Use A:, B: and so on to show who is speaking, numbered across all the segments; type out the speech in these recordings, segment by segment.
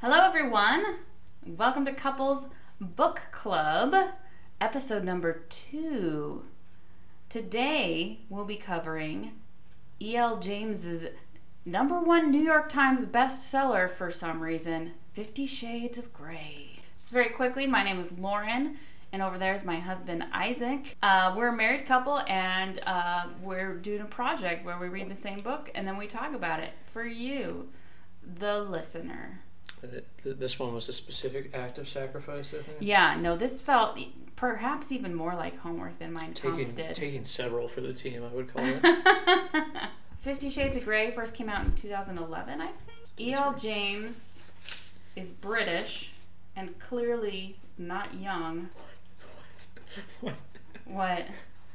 A: Hello, everyone. Welcome to Couples Book Club, episode number two. Today, we'll be covering E.L. James's number one New York Times bestseller for some reason, Fifty Shades of Grey. Just very quickly, my name is Lauren, and over there is my husband Isaac. Uh, we're a married couple, and uh, we're doing a project where we read the same book and then we talk about it for you, the listener.
B: Th- th- This one was a specific act of sacrifice, I think.
A: Yeah, no, this felt e- perhaps even more like homework than mine
B: Taking,
A: Kampf did.
B: taking several for the team, I would call it.
A: Fifty Shades of Grey first came out in 2011, I think. E.L. James is British and clearly not young.
B: What?
A: What?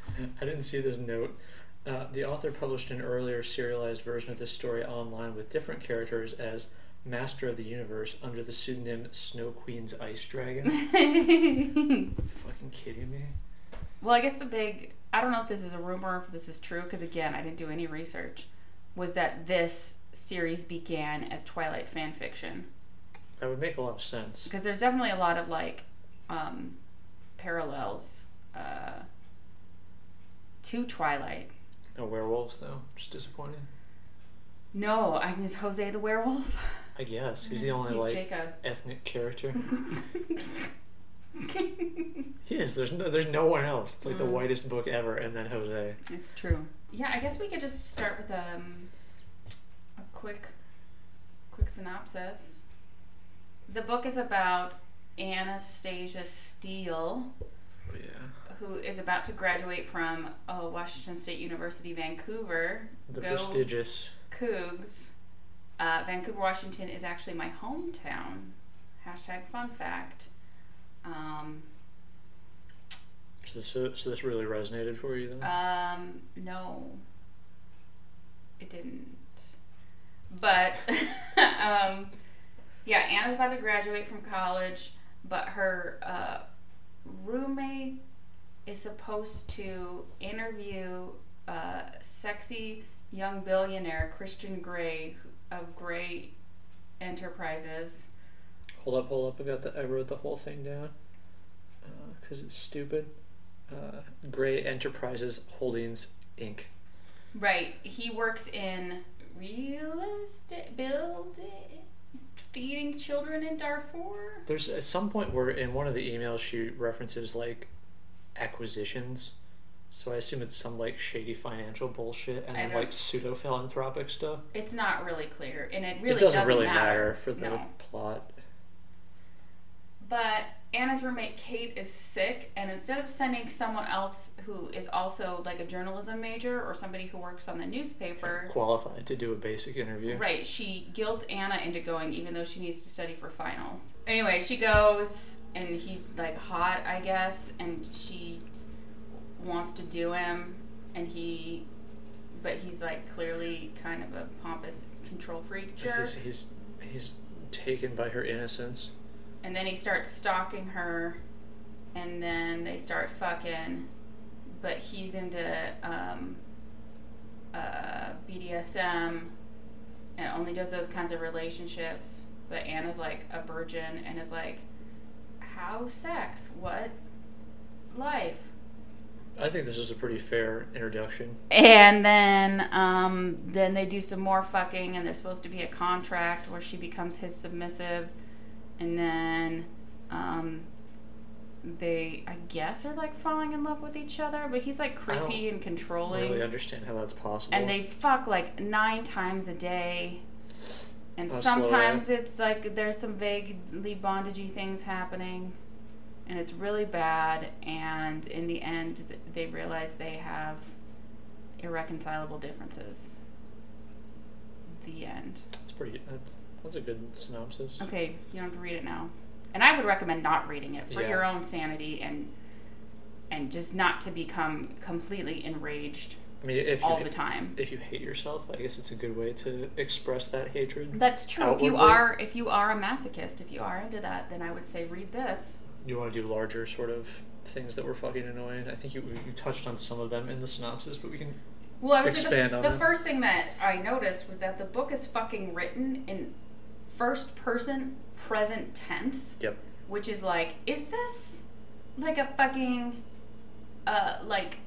B: I didn't see this note. Uh, the author published an earlier serialized version of this story online with different characters as Master of the Universe under the pseudonym Snow Queen's Ice Dragon.
A: well,
B: Fucking kidding me?
A: I guess the big I don't know if this is a rumor or if this is true because again, I didn't do any research was that this series began as Twilight fan fiction.
B: That would make a lot of sense.
A: because there's definitely a lot of like um, parallels uh, to Twilight.
B: No werewolves, though. Just disappointing.
A: No, I is Jose the werewolf.
B: I guess. He's the only,
A: He's
B: like,
A: Jacob.
B: ethnic character. He is. There's no, there's no one else. It's like
A: Mm.
B: the whitest book ever, and then Jose.
A: it's true. Yeah, I guess we could just start with um, a quick, quick synopsis. The book is about Anastasia Steele.
B: yeah.
A: who is about to graduate from oh, Washington State University, Vancouver.
B: The
A: Go
B: prestigious.
A: Cougs. Uh, Vancouver, Washington is actually my hometown. Hashtag fun fact. Um,
B: So, so, so this really resonated for you then?
A: um, no, it didn't. But um, yeah, Anna's about to graduate from college, but her uh, roommate is supposed to interview a sexy young billionaire, Christian Gray who- of Gray Enterprises.
B: hold up, hold up. I got the. I wrote the whole thing down because it's stupid. Uh, Gray Enterprises Holdings Inc.
A: Right. He works in real estate building, feeding children in Darfur.
B: There's at some point where in one of the emails she references like acquisitions. So I assume it's some like shady financial bullshit and
A: I
B: then
A: don't-
B: like pseudo philanthropic stuff.
A: It's not really clear, and it really
B: it doesn't, really
A: matter,
B: for the
A: No.
B: plot.
A: But Anna's roommate Kate is sick, and instead of sending someone else who is also like a journalism major or somebody who works on the newspaper,
B: Qualified to do a basic interview.
A: Right, she guilts Anna into going even though she needs to study for finals. Anyway, she goes and he's like hot, I guess, and she wants to do him and he but he's like clearly kind of a pompous control freak
B: Like,
A: jerk.
B: He's, he's he's taken by her innocence.
A: And then he starts stalking her and then they start fucking but he's into um uh, BDSM and only does those kinds of relationships. But Anna's like a virgin and is like, how sex? What life?
B: I think this is a pretty fair introduction.
A: And then, um, then they do some more fucking, and there's supposed to be a contract where she becomes his submissive, and then, um, they, I guess, are like falling in love with each other. But he's like
B: I don't
A: creepy and
B: I
A: controlling.
B: really understand how that's possible.
A: and they fuck like nine times a day and
B: Oh, slow
A: sometimes it's like there's some vaguely bondagey things happening and it's really bad and in the end th- they realize they have irreconcilable differences the end
B: that's pretty. That's, that's a good synopsis.
A: okay you don't have to read it now and i would recommend not reading it for
B: Yeah.
A: your own sanity and and just not to become completely enraged
B: I mean, if you
A: all
B: ha-
A: the time
B: if you hate yourself, I guess it's a good way to express that hatred.
A: That's true. If you
B: outwardly.
A: are if you are a masochist, if you are into that, then I would say read this.
B: You want to do larger sort of things that were fucking annoying. I think you you touched on some of them in the synopsis, but we can.
A: Well, I would say
B: Expand
A: the,
B: on
A: the
B: that.
A: first thing that I noticed was that the book is fucking written in first person present tense,
C: Yep.
A: which is like, is this like a fucking uh like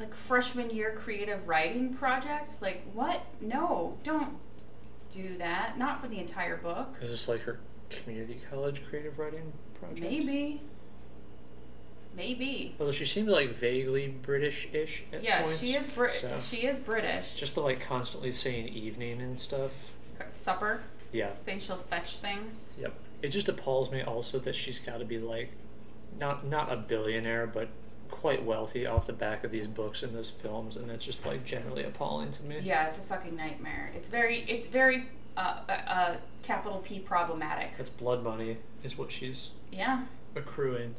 A: like freshman year creative writing project? Like what? No, don't do that. Not for the entire book.
B: Is this like her community college creative writing project?
A: Maybe. Maybe.
B: Although she seemed like vaguely British-ish at
A: yeah,
B: points.
A: she is Brit.
B: so-
A: She is British.
B: Just the like constantly saying evening and stuff.
A: Supper,
B: Yeah.
A: saying she'll fetch things.
B: Yep. It just appalls me also that she's got to be like, not not a billionaire, but quite wealthy off the back of these books and those films, and that's just like generally appalling to me.
A: Yeah, it's a fucking nightmare. It's very, it's very, uh, uh, uh capital P problematic.
B: That's blood money is what she's
A: Yeah.
B: accruing.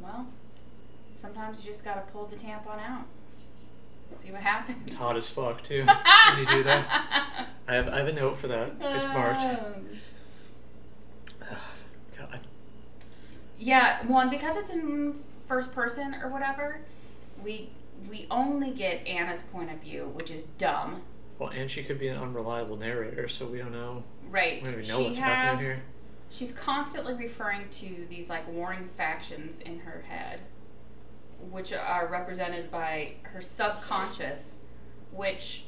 A: Well, sometimes you just gotta pull the tampon out. See what happens.
B: It's hot as fuck too when you do that. I have I have a note for that. It's marked.
A: Um,
B: God.
A: Yeah, one because it's in first person or whatever. We we only get Anna's point of view, which is dumb,
B: Well, and she could be an unreliable narrator, so we don't know.
A: right?
B: We don't even know
A: she
B: what's
A: has.
B: happening here.
A: She's constantly referring to these like warring factions in her head, which are represented by her subconscious, which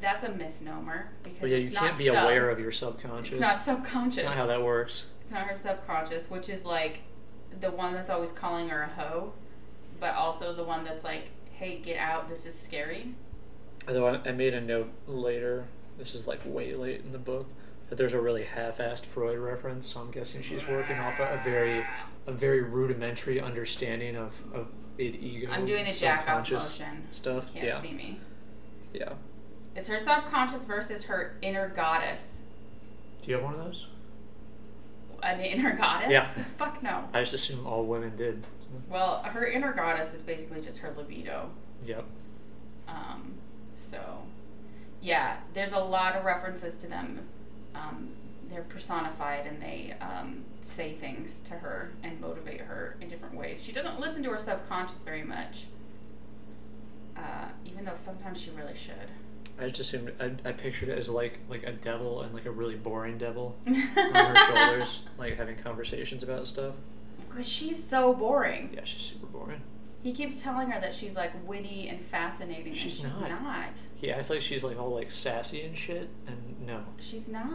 A: that's a misnomer because
B: Well, yeah, you
A: it's
B: can't
A: not
B: be
A: sub.
B: aware of your subconscious.
A: It's not subconscious.
B: It's not how that works.
A: It's not her subconscious, which is like the one that's always calling her a hoe, but also the one that's like, hey, get out, this is scary.
B: Although I, I made a note later, this is like way late in the book, that there's a really half-assed Freud reference. So I'm guessing she's working off a, a very, a very rudimentary understanding of of id ego.
A: I'm doing a jack off
B: subconscious
A: motion.
B: stuff.
A: Can't
B: yeah,
A: see me.
B: yeah.
A: It's her subconscious versus her inner goddess.
B: Do you have one of those?
A: An inner goddess?
B: Yeah.
A: Fuck no.
B: I just assume all women did. So,
A: Well, her inner goddess is basically just her libido.
B: yep.
A: Um, so, yeah, there's a lot of references to them. Um, they're personified and they um, say things to her and motivate her in different ways. She doesn't listen to her subconscious very much, uh, even though sometimes she really should.
B: I just assumed. I, I pictured it as like like a devil and like a really boring devil on her shoulders, like having conversations about stuff.
A: Because she's so boring.
B: Yeah, she's super boring.
A: He keeps telling her that she's like witty and fascinating,
B: She's
A: and she's
B: not.
A: not.
B: He acts like she's like all like sassy and shit, and no,
A: She's not.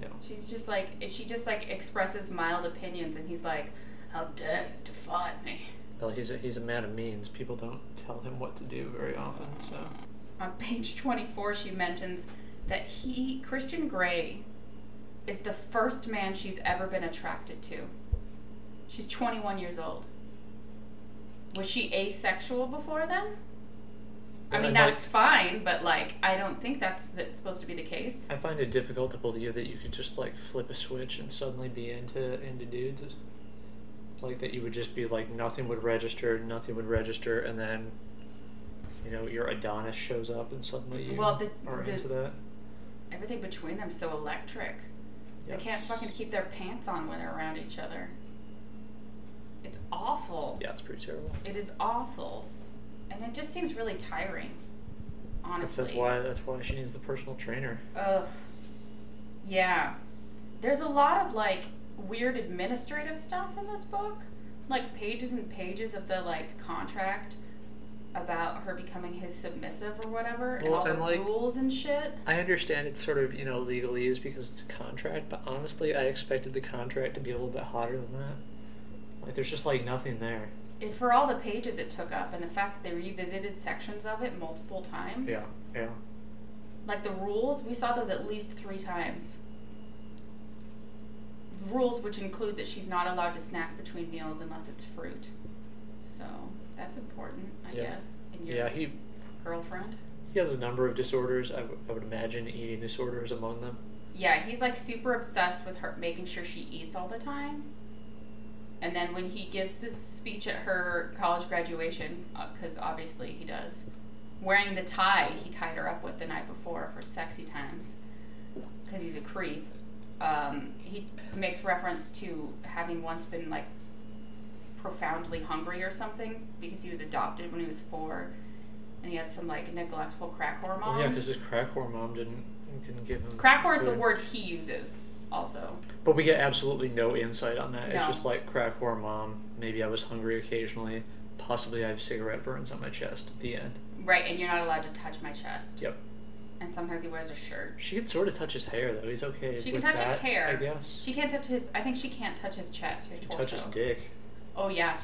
B: no.
A: She's just like she just like expresses mild opinions, and he's like, "How dare you defy me?"
B: Well, he's a, he's a man of means. People don't tell him what to do very often. So
A: On page 24, she mentions that he, Christian Gray, is the first man she's ever been attracted to. She's 21 years old. Was she asexual before then? I
B: Well,
A: mean,
B: and, like-
A: that's fine, but like, I don't think that's, that's supposed to be the case.
B: I find it difficult to believe that you could just like flip a switch and suddenly be into into dudes. Like that, you would just be like nothing would register, nothing would register, and then you know your Adonis shows up and suddenly you
A: Well, the-
B: are
A: the-
B: into that.
A: Everything between them's so electric.
B: Yeah,
A: they can't
B: it's-
A: fucking keep their pants on when they're around each other. It's awful.
B: Yeah, it's pretty terrible.
A: It is awful. And it just seems really tiring, honestly.
B: That's, that's why that's why she needs the personal trainer.
A: Ugh. Yeah. There's a lot of like weird administrative stuff in this book. Like pages and pages of the like contract about her becoming his submissive or whatever and
B: Well,
A: all
B: and,
A: the
B: like-
A: rules and shit.
B: I understand it's sort of you know legalese because it's a contract, but honestly, I expected the contract to be a little bit hotter than that. Like, there's just like nothing there.
A: And for all the pages it took up and the fact that they revisited sections of it multiple times.
B: yeah.
A: Like the rules, we saw those at least three times. Rules which include that she's not allowed to snack between meals unless it's fruit. So that's important, I
B: Yeah.
A: guess. And your
B: Yeah, he
A: girlfriend.
B: he has a number of disorders. I, w- I would imagine eating disorder is among them.
A: Yeah, he's like super obsessed with her making sure she eats all the time. And then when he gives this speech at her college graduation, because obviously he does, wearing the tie he tied her up with the night before for sexy times, because he's a creep. Um, he makes reference to having once been like profoundly hungry or something because he was adopted when he was four, and he had some like neglectful crack hormone.
B: Well, yeah, because his crack whore mom didn't didn't give him
A: Crack whore is the
B: food.
A: word he uses. also.
B: But we get absolutely no insight on that. It's
A: No.
B: just like crack whore mom. Maybe I was hungry occasionally. Possibly I have cigarette burns on my chest. The end.
A: Right, and you're not allowed to touch my chest.
B: Yep.
A: And sometimes he wears a shirt.
B: She can sort of touch his hair though. He's okay.
A: She can
B: with
A: touch his
B: that,
A: hair.
B: I guess.
A: She can't touch his. I think she can't touch his chest, his torso.
B: Touch his dick.
A: Oh yeah,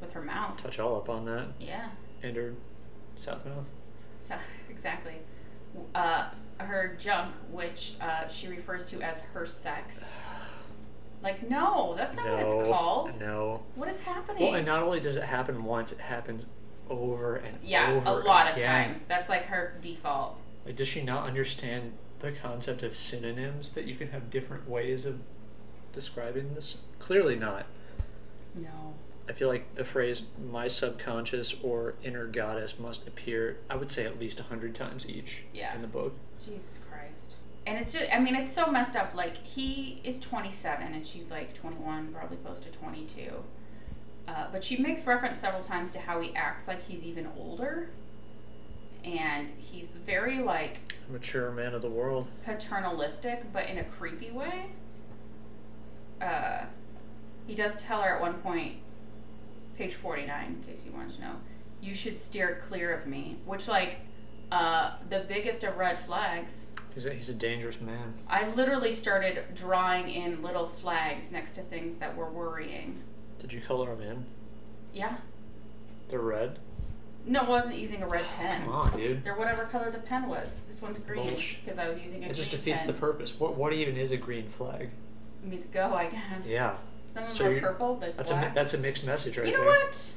A: with her mouth.
B: Touch all up on that.
A: Yeah.
B: And her south mouth.
A: So exactly. Uh, her junk, which uh, she refers to as her sex. Like no, that's not
B: no.
A: what it's called.
B: No.
A: What is happening?
B: Well, and not only does it happen once, it happens over and
A: yeah,
B: over
A: a lot of
B: again.
A: times. That's like her default.
B: Like, does she not understand the concept of synonyms that you can have different ways of describing this? Clearly not.
A: No.
B: I feel like the phrase "my subconscious" or "inner goddess" must appear. I would say at least a hundred times each
A: Yeah.
B: in the book.
A: Jesus Christ. And it's just, I mean, it's so messed up. Like, he is 27 and she's like 21, probably close to 22. Uh, but she makes reference several times to how he acts like he's even older. And he's very, like,
B: Mature man of the world.
A: paternalistic, but in a creepy way. Uh, he does tell her at one point, page 49, in case you wanted to know, you should steer clear of me. Which, like, uh, the biggest of red flags.
B: He's a, he's a dangerous man.
A: I literally started drawing in little flags next to things that were worrying.
B: Did you color him in?
A: Yeah.
B: They're red.
A: No, I wasn't using a red pen.
B: Come on, dude.
A: They're whatever color the pen was. This one's green
B: Bullsh.
A: because I was using a
B: It just
A: green
B: defeats the
A: pen.
B: purpose. What what even is a green flag?
A: It means go, I guess.
B: Yeah,
A: Some of
B: So
A: them are
B: you-
A: purple. There's
B: that's a mi-
A: black.
B: that's a mixed message right
A: you know
B: there.
A: what?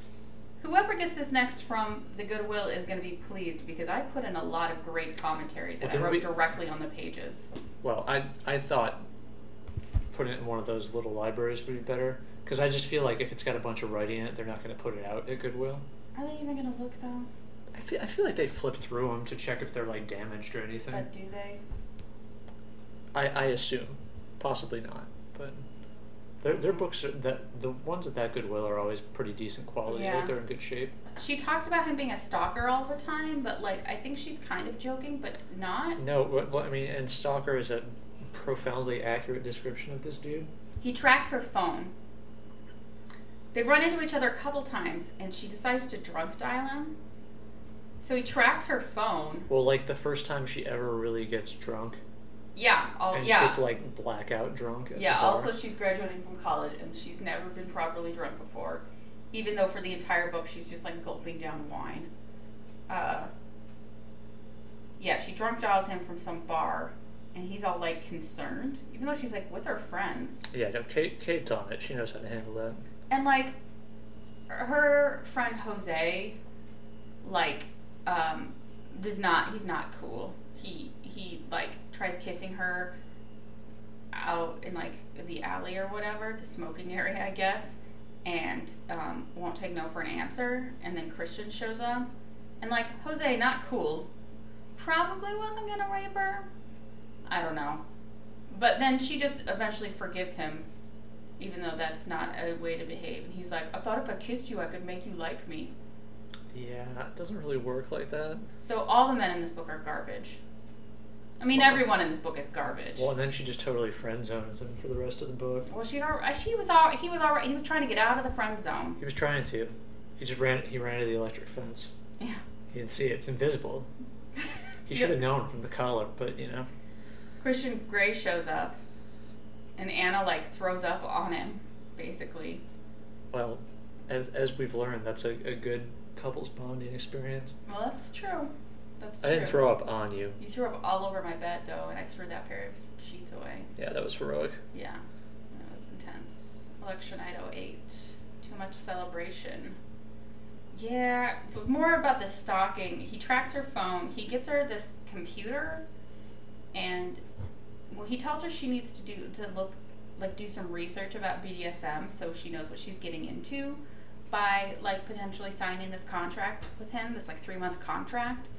A: Whoever gets this next from the Goodwill is going to be pleased because I put in a lot of great commentary
B: Well,
A: that I
B: didn't
A: wrote
B: we-
A: directly on the pages.
B: Well, I I thought putting it in one of those little libraries would be better because I just feel like if it's got a bunch of writing in it, they're not going to put it out at Goodwill.
A: Are they even going to look though?
B: I feel I feel like they flip through them to check if they're like damaged or anything.
A: But do they?
B: I, I assume, possibly not, but their their books are, that the ones at that Goodwill are always pretty decent quality.
A: Yeah.
B: Like they're in good shape.
A: She talks about him being a stalker all the time, but like I think she's kind of joking, but not.
B: No, what, what I mean, and Stalker is a profoundly accurate description of this dude.
A: He tracked her phone. They run into each other a couple times, and she decides to drunk dial him. So he tracks her phone.
B: Well, like the first time she ever really gets drunk,
A: Yeah, all,
B: and
A: Oh, yeah,
B: she gets like blackout drunk. At
A: yeah.
B: the bar.
A: Also, she's graduating from college, and she's never been properly drunk before. Even though for the entire book, she's just like gulping down wine. Uh, yeah, she drunk dials him from some bar, and he's all like concerned, even though she's like with her friends.
B: Yeah, no, Kate, Kate's on it. She knows how to handle that.
A: and like her friend Jose, like, um, does not. He's not cool. He he like tries kissing her out in like the alley or whatever, the smoking area, I guess, and um, won't take no for an answer. And then Christian shows up, and like Jose, not cool. Probably wasn't gonna rape her. I don't know. But then she just eventually forgives him even though that's not a way to behave. And he's like, I thought if I kissed you, I could make you like me.
B: Yeah, it doesn't really work like that.
A: So all the men in this book are garbage. I mean,
B: Well-
A: everyone in this book is garbage.
B: Well,
A: Well,
B: and then she just totally friend zones him for the rest of the book.
A: she al- uh, she was all he was all right. He was trying to get out of the friend zone.
B: He was trying to. He just ran. He ran into the electric fence.
A: Yeah.
B: He didn't see it. It's invisible. He should have known from the collar, but you know.
A: Christian Grey shows up, and Anna like throws up on him, basically.
B: Well, as as we've learned, that's a, a good couples bonding experience.
A: Well, that's true. That's
B: I
A: true.
B: didn't throw up on you.
A: You threw up all over my bed though, and I threw that pair of sheets away.
B: Yeah, that was heroic.
A: Yeah, that was intense. Election night 08. Too much celebration. Yeah, but more about the stalking. He tracks her phone. He gets her this computer, and well, he tells her she needs to do to look like do some research about BDSM so she knows what she's getting into by like potentially signing this contract with him, this like three month contract.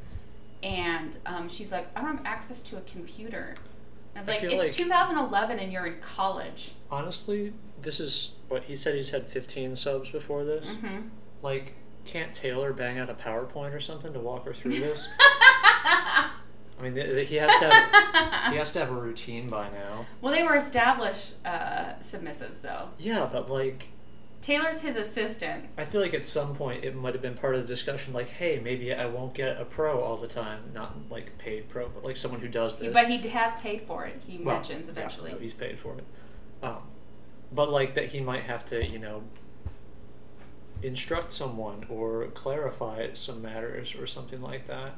A: And um, she's like, I don't have access to a computer. And I'm
B: I
A: like,
B: feel
A: it's
B: like-
A: 2011 and you're in college.
B: Honestly, this is what he said. He's had 15 subs before this.
A: Mm-hmm.
B: Like, can't Taylor bang out a PowerPoint or something to walk her through this? I mean, th- th- he has to have he has to have a routine by now.
A: Well, they were established uh, submissives, though.
B: Yeah, but like,
A: Taylor's his assistant.
B: I feel like at some point it might have been part of the discussion. Like, hey, maybe I won't get a pro all the time, not like paid pro, but like someone who does this.
A: But he has paid for it. He
B: Well,
A: mentions
B: yeah,
A: eventually.
B: no, he's paid for it. Um, but like that, he might have to, you know, instruct someone or clarify some matters or something like that.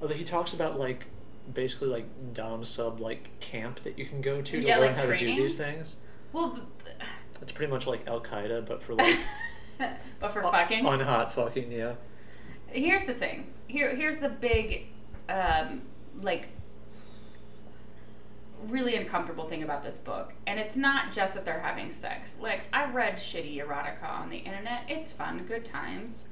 B: Although he talks about like basically like dom sub like camp that you can go to to
A: Yeah,
B: learn
A: like
B: how to do
A: training?
B: these things.
A: Well,
B: That's pretty much like Al Qaeda, but for like
A: b- but
B: oh,
A: for fucking.
B: on hot fucking. Yeah,
A: Here's the thing. Here, here's the big, um, like, really uncomfortable thing about this book, and it's not just that they're having sex. Like, I read shitty erotica on the internet. It's fun, good times.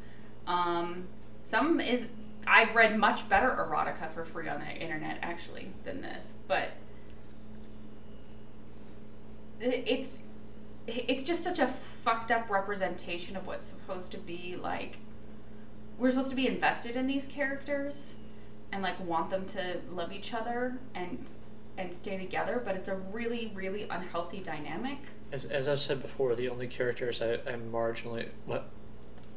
A: Um, some is I've read much better erotica for free on the internet actually than this, but it- it's it's just such a fucked up representation of what's supposed to be like we're supposed to be invested in these characters and like want them to love each other and and stay together but it's a really really unhealthy dynamic
B: as as I said before, the only characters I I'm marginally what.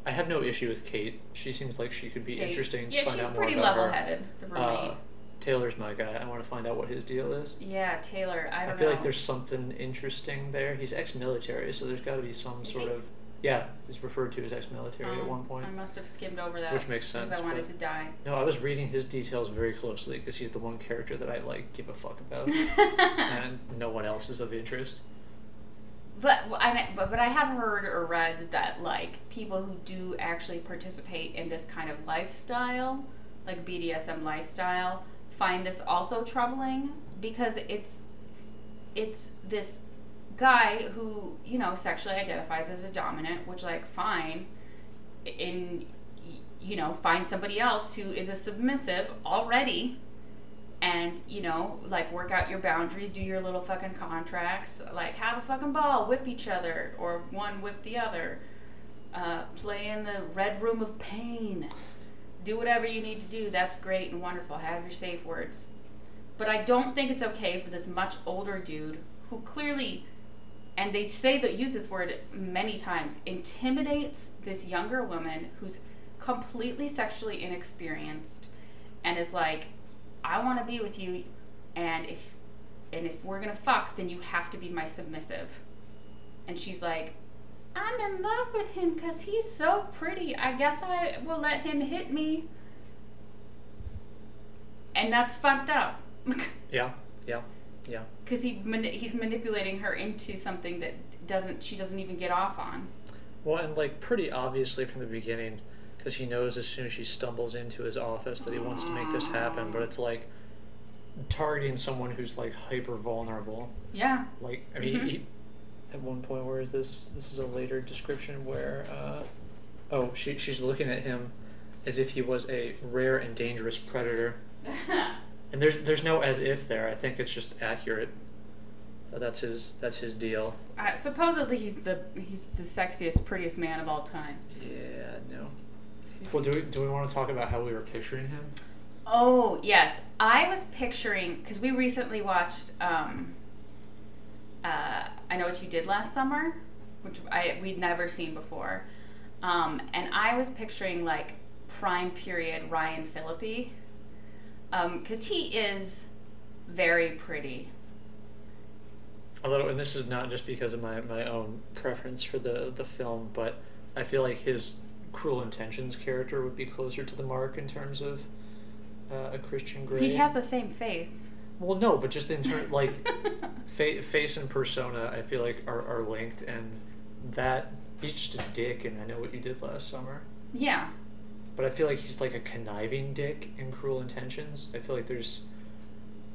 B: I have no issue with Kate. She seems like she could be
A: Kate-
B: interesting to
A: yeah
B: find
A: she's
B: out more
A: pretty
B: about her.
A: level-headed the roommate
B: Uh, Taylor's my guy. I want to find out what his deal is.
A: yeah taylor i
B: I,
A: don't
B: feel
A: know
B: like there's something interesting there. He's ex-military, so there's got to be some
A: Is
B: sort
A: he?
B: of yeah. He's referred to as ex-military at
A: Um,
B: one point.
A: i must have skimmed over that
B: Which makes sense,
A: because i wanted
B: but-
A: to die
B: no, I was reading his details very closely because he's the one character that I like give a fuck about, and no one else is of interest.
A: But I but, but I have heard or read that like people who do actually participate in this kind of lifestyle, like BDSM lifestyle, find this also troubling because it's it's this guy who you know sexually identifies as a dominant, which like fine, in you know find somebody else who is a submissive already and you know like work out your boundaries do your little fucking contracts like have a fucking ball whip each other or one whip the other uh, play in the red room of pain do whatever you need to do that's great and wonderful have your safe words but i don't think it's okay for this much older dude who clearly and they say that use this word many times intimidates this younger woman who's completely sexually inexperienced and is like i want to be with you and if and if we're gonna fuck then you have to be my submissive and she's like i'm in love with him because he's so pretty i guess i will let him hit me and that's fucked up
B: Yeah, yeah, yeah.
A: because he mani- he's manipulating her into something that doesn't she doesn't even get off on.
B: Well, and like pretty obviously from the beginning, because he knows as soon as she stumbles into his office that he wants to make this happen, but it's like targeting someone who's like hyper vulnerable.
A: Yeah,
B: Like, I mean,
A: Mhm.
B: he, at one point, where is this? This is a later description where, uh, oh, she, she's looking at him as if he was a rare and dangerous predator.
A: Uh,
B: And there's there's no as if there. I think it's just accurate. That That's his that's his deal.
A: uh, supposedly he's the he's the sexiest, prettiest man of all time.
B: Yeah, no. Well, do we do we want to talk about how we were picturing him?
A: Oh yes, I was picturing because we recently watched. Um, uh, I know what you did last summer, which I we'd never seen before, um, and I was picturing like prime period Ryan Phillippe, because he is very pretty.
B: Although, and this is not just because of my, my own preference for the, the film, but I feel like his Cruel Intentions character would be closer to the mark in terms of uh, a Christian Grey.
A: He has the same face.
B: well, no, but just in terms like fa- face and persona, I feel like are, are linked, and that he's just a dick. And I know what you did last summer,
A: yeah.
B: but I feel like he's like a conniving dick in Cruel Intentions. I feel like there's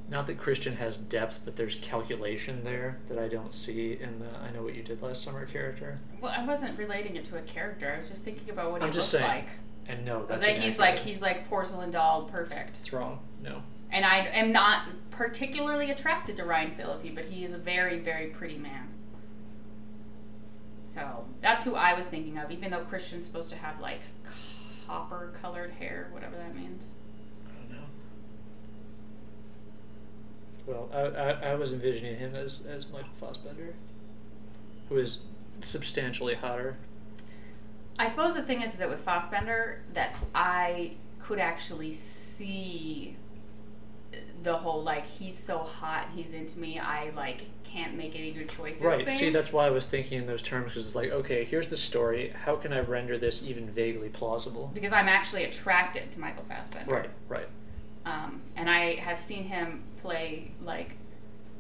B: not that Christian has depth, but there's calculation there that I don't see in the I know what you did last summer character.
A: Well, I wasn't relating it to a character. I was just thinking about what
B: I'm
A: he
B: just
A: looks
B: saying,
A: like.
B: And no, that's
A: Like he's like
B: inaccurate.
A: he's like porcelain doll, perfect.
B: it's wrong. No.
A: And I am not particularly attracted to Ryan Phillippe, but he is a very, very pretty man. So that's who I was thinking of, even though Christian's supposed to have like copper colored hair, whatever that means.
B: I don't know. Well, I, I, I was envisioning him as, as Michael Fassbender, who is substantially hotter.
A: I suppose the thing is, is that with Fossbender, that I could actually see the whole like he's so hot, he's into me. I like can't make any good choices.
B: Right.
A: Thing.
B: See, that's why I was thinking in those terms because it's like, okay, here's the story. How can I render this even vaguely plausible?
A: because I'm actually attracted to Michael Fassbender.
B: Right. Right.
A: Um, and I have seen him play like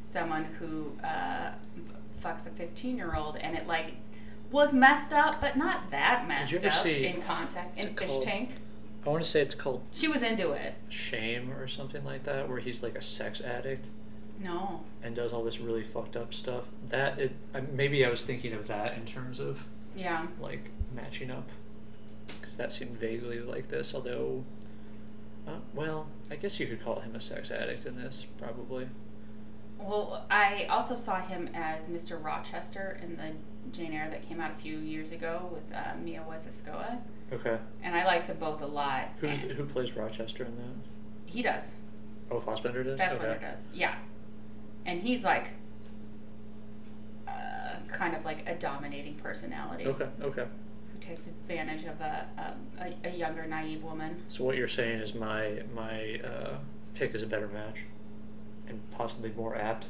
A: someone who uh, fucks a 15 year old, and it like was messed up, but not that messed
B: you ever
A: up
B: see-
A: in contact in
B: it
A: Fish
B: called?
A: Tank.
B: I want to say it's called
A: She was into it.
B: Shame or something like that, where he's like a sex addict
A: No,
B: and does all this really fucked up stuff. That it I- maybe I was thinking of that in terms of
A: yeah,
B: like matching up because that seemed vaguely like this although uh, well i guess you could call him a sex addict in this probably
A: Well, I also saw him as Mr. Rochester in the Jane Eyre that came out a few years ago with uh, Mia Waziskoa,
B: okay
A: and I like them both a lot.
B: who's
A: and
B: who plays rochester in that
A: he does.
B: oh fossbender does
A: That's what
B: okay
A: he does. Yeah, and he's like uh, kind of like a dominating personality
B: okay okay
A: who takes advantage of a, a, a, a younger, naive woman.
B: so what you're saying is my my uh, pick is a better match and possibly more apt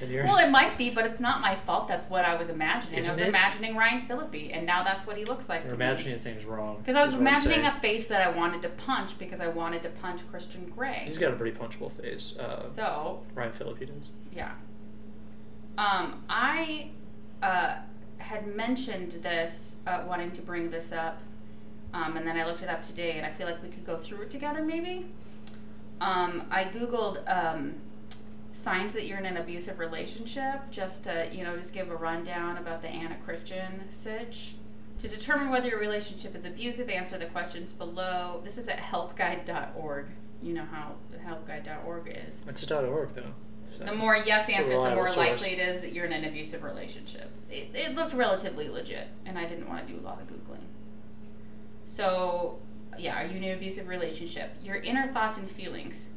B: than yours
A: Well, it might be, but it's not my fault. That's what I was imagining. I
B: Isn't
A: was
B: it?
A: imagining Ryan Philippi, and now that's what he looks like.
B: you're
A: to me.
B: imagining things wrong
A: Because I was
B: is what I'm
A: imagining
B: saying.
A: a face that I wanted to punch because I wanted to punch Christian Grey.
B: he's got a pretty punchable face uh,
A: so
B: ryan phillippe does
A: yeah, um, I uh, had mentioned this, uh, wanting to bring this up, um, and then I looked it up today, and I feel like we could go through it together, maybe. Um, I googled um, signs that you're in an abusive relationship, just to you know, just give a rundown about the Anna Christian sitch. To determine whether your relationship is abusive, answer the questions below. This is at helpguide.org. You know how helpguide.org is.
B: it's a dot org though so.
A: The more yes
B: Uh, It's a
A: answers, the
B: reliable
A: more
B: source.
A: likely it is that you're in an abusive relationship. It, it looked relatively legit, and I didn't want to do a lot of Googling. So, yeah, are you in an abusive relationship? Your inner thoughts and feelings.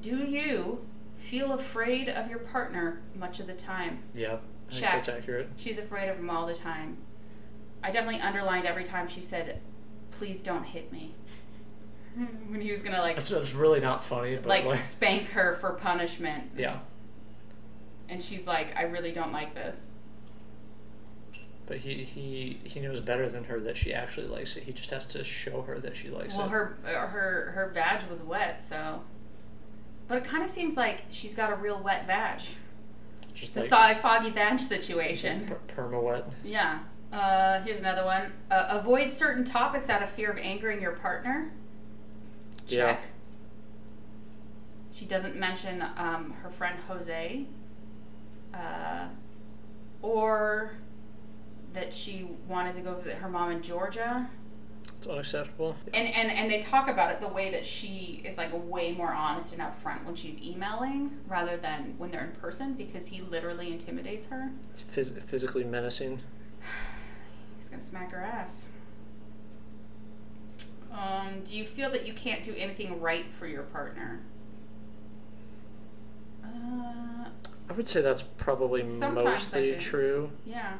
A: Do you feel afraid of your partner much of the time?
B: yeah i think
A: Check.
B: that's accurate
A: She's afraid of him all the time. I definitely underlined every time she said, please don't hit me. when he was going to, like,
B: That's, that's really not funny, but like,
A: like spank her for punishment.
B: yeah.
A: And she's like, I really don't like this.
B: But he, he he knows better than her that she actually likes it. He just has to show her that she likes
A: well,
B: it.
A: her uh, her her vag was wet, so. But it kind of seems like she's got a real wet vag.
B: just
A: The
B: like
A: so- soggy vag situation.
B: per- perma wet.
A: Yeah. Uh, here's another one. Uh, avoid certain topics out of fear of angering your partner.
B: Yeah.
A: Check. She doesn't mention um, her friend Jose. Uh, or that she wanted to go visit her mom in Georgia.
B: It's unacceptable.
A: and, and and they talk about it the way that she is like way more honest and upfront when she's emailing rather than when they're in person because he literally intimidates her.
B: It's phys- physically menacing.
A: He's gonna smack her ass. Um, do you feel that you can't do anything right for your partner? Uh,
B: I would say that's probably
A: Sometimes, I
B: mostly
A: think.
B: true.
A: yeah.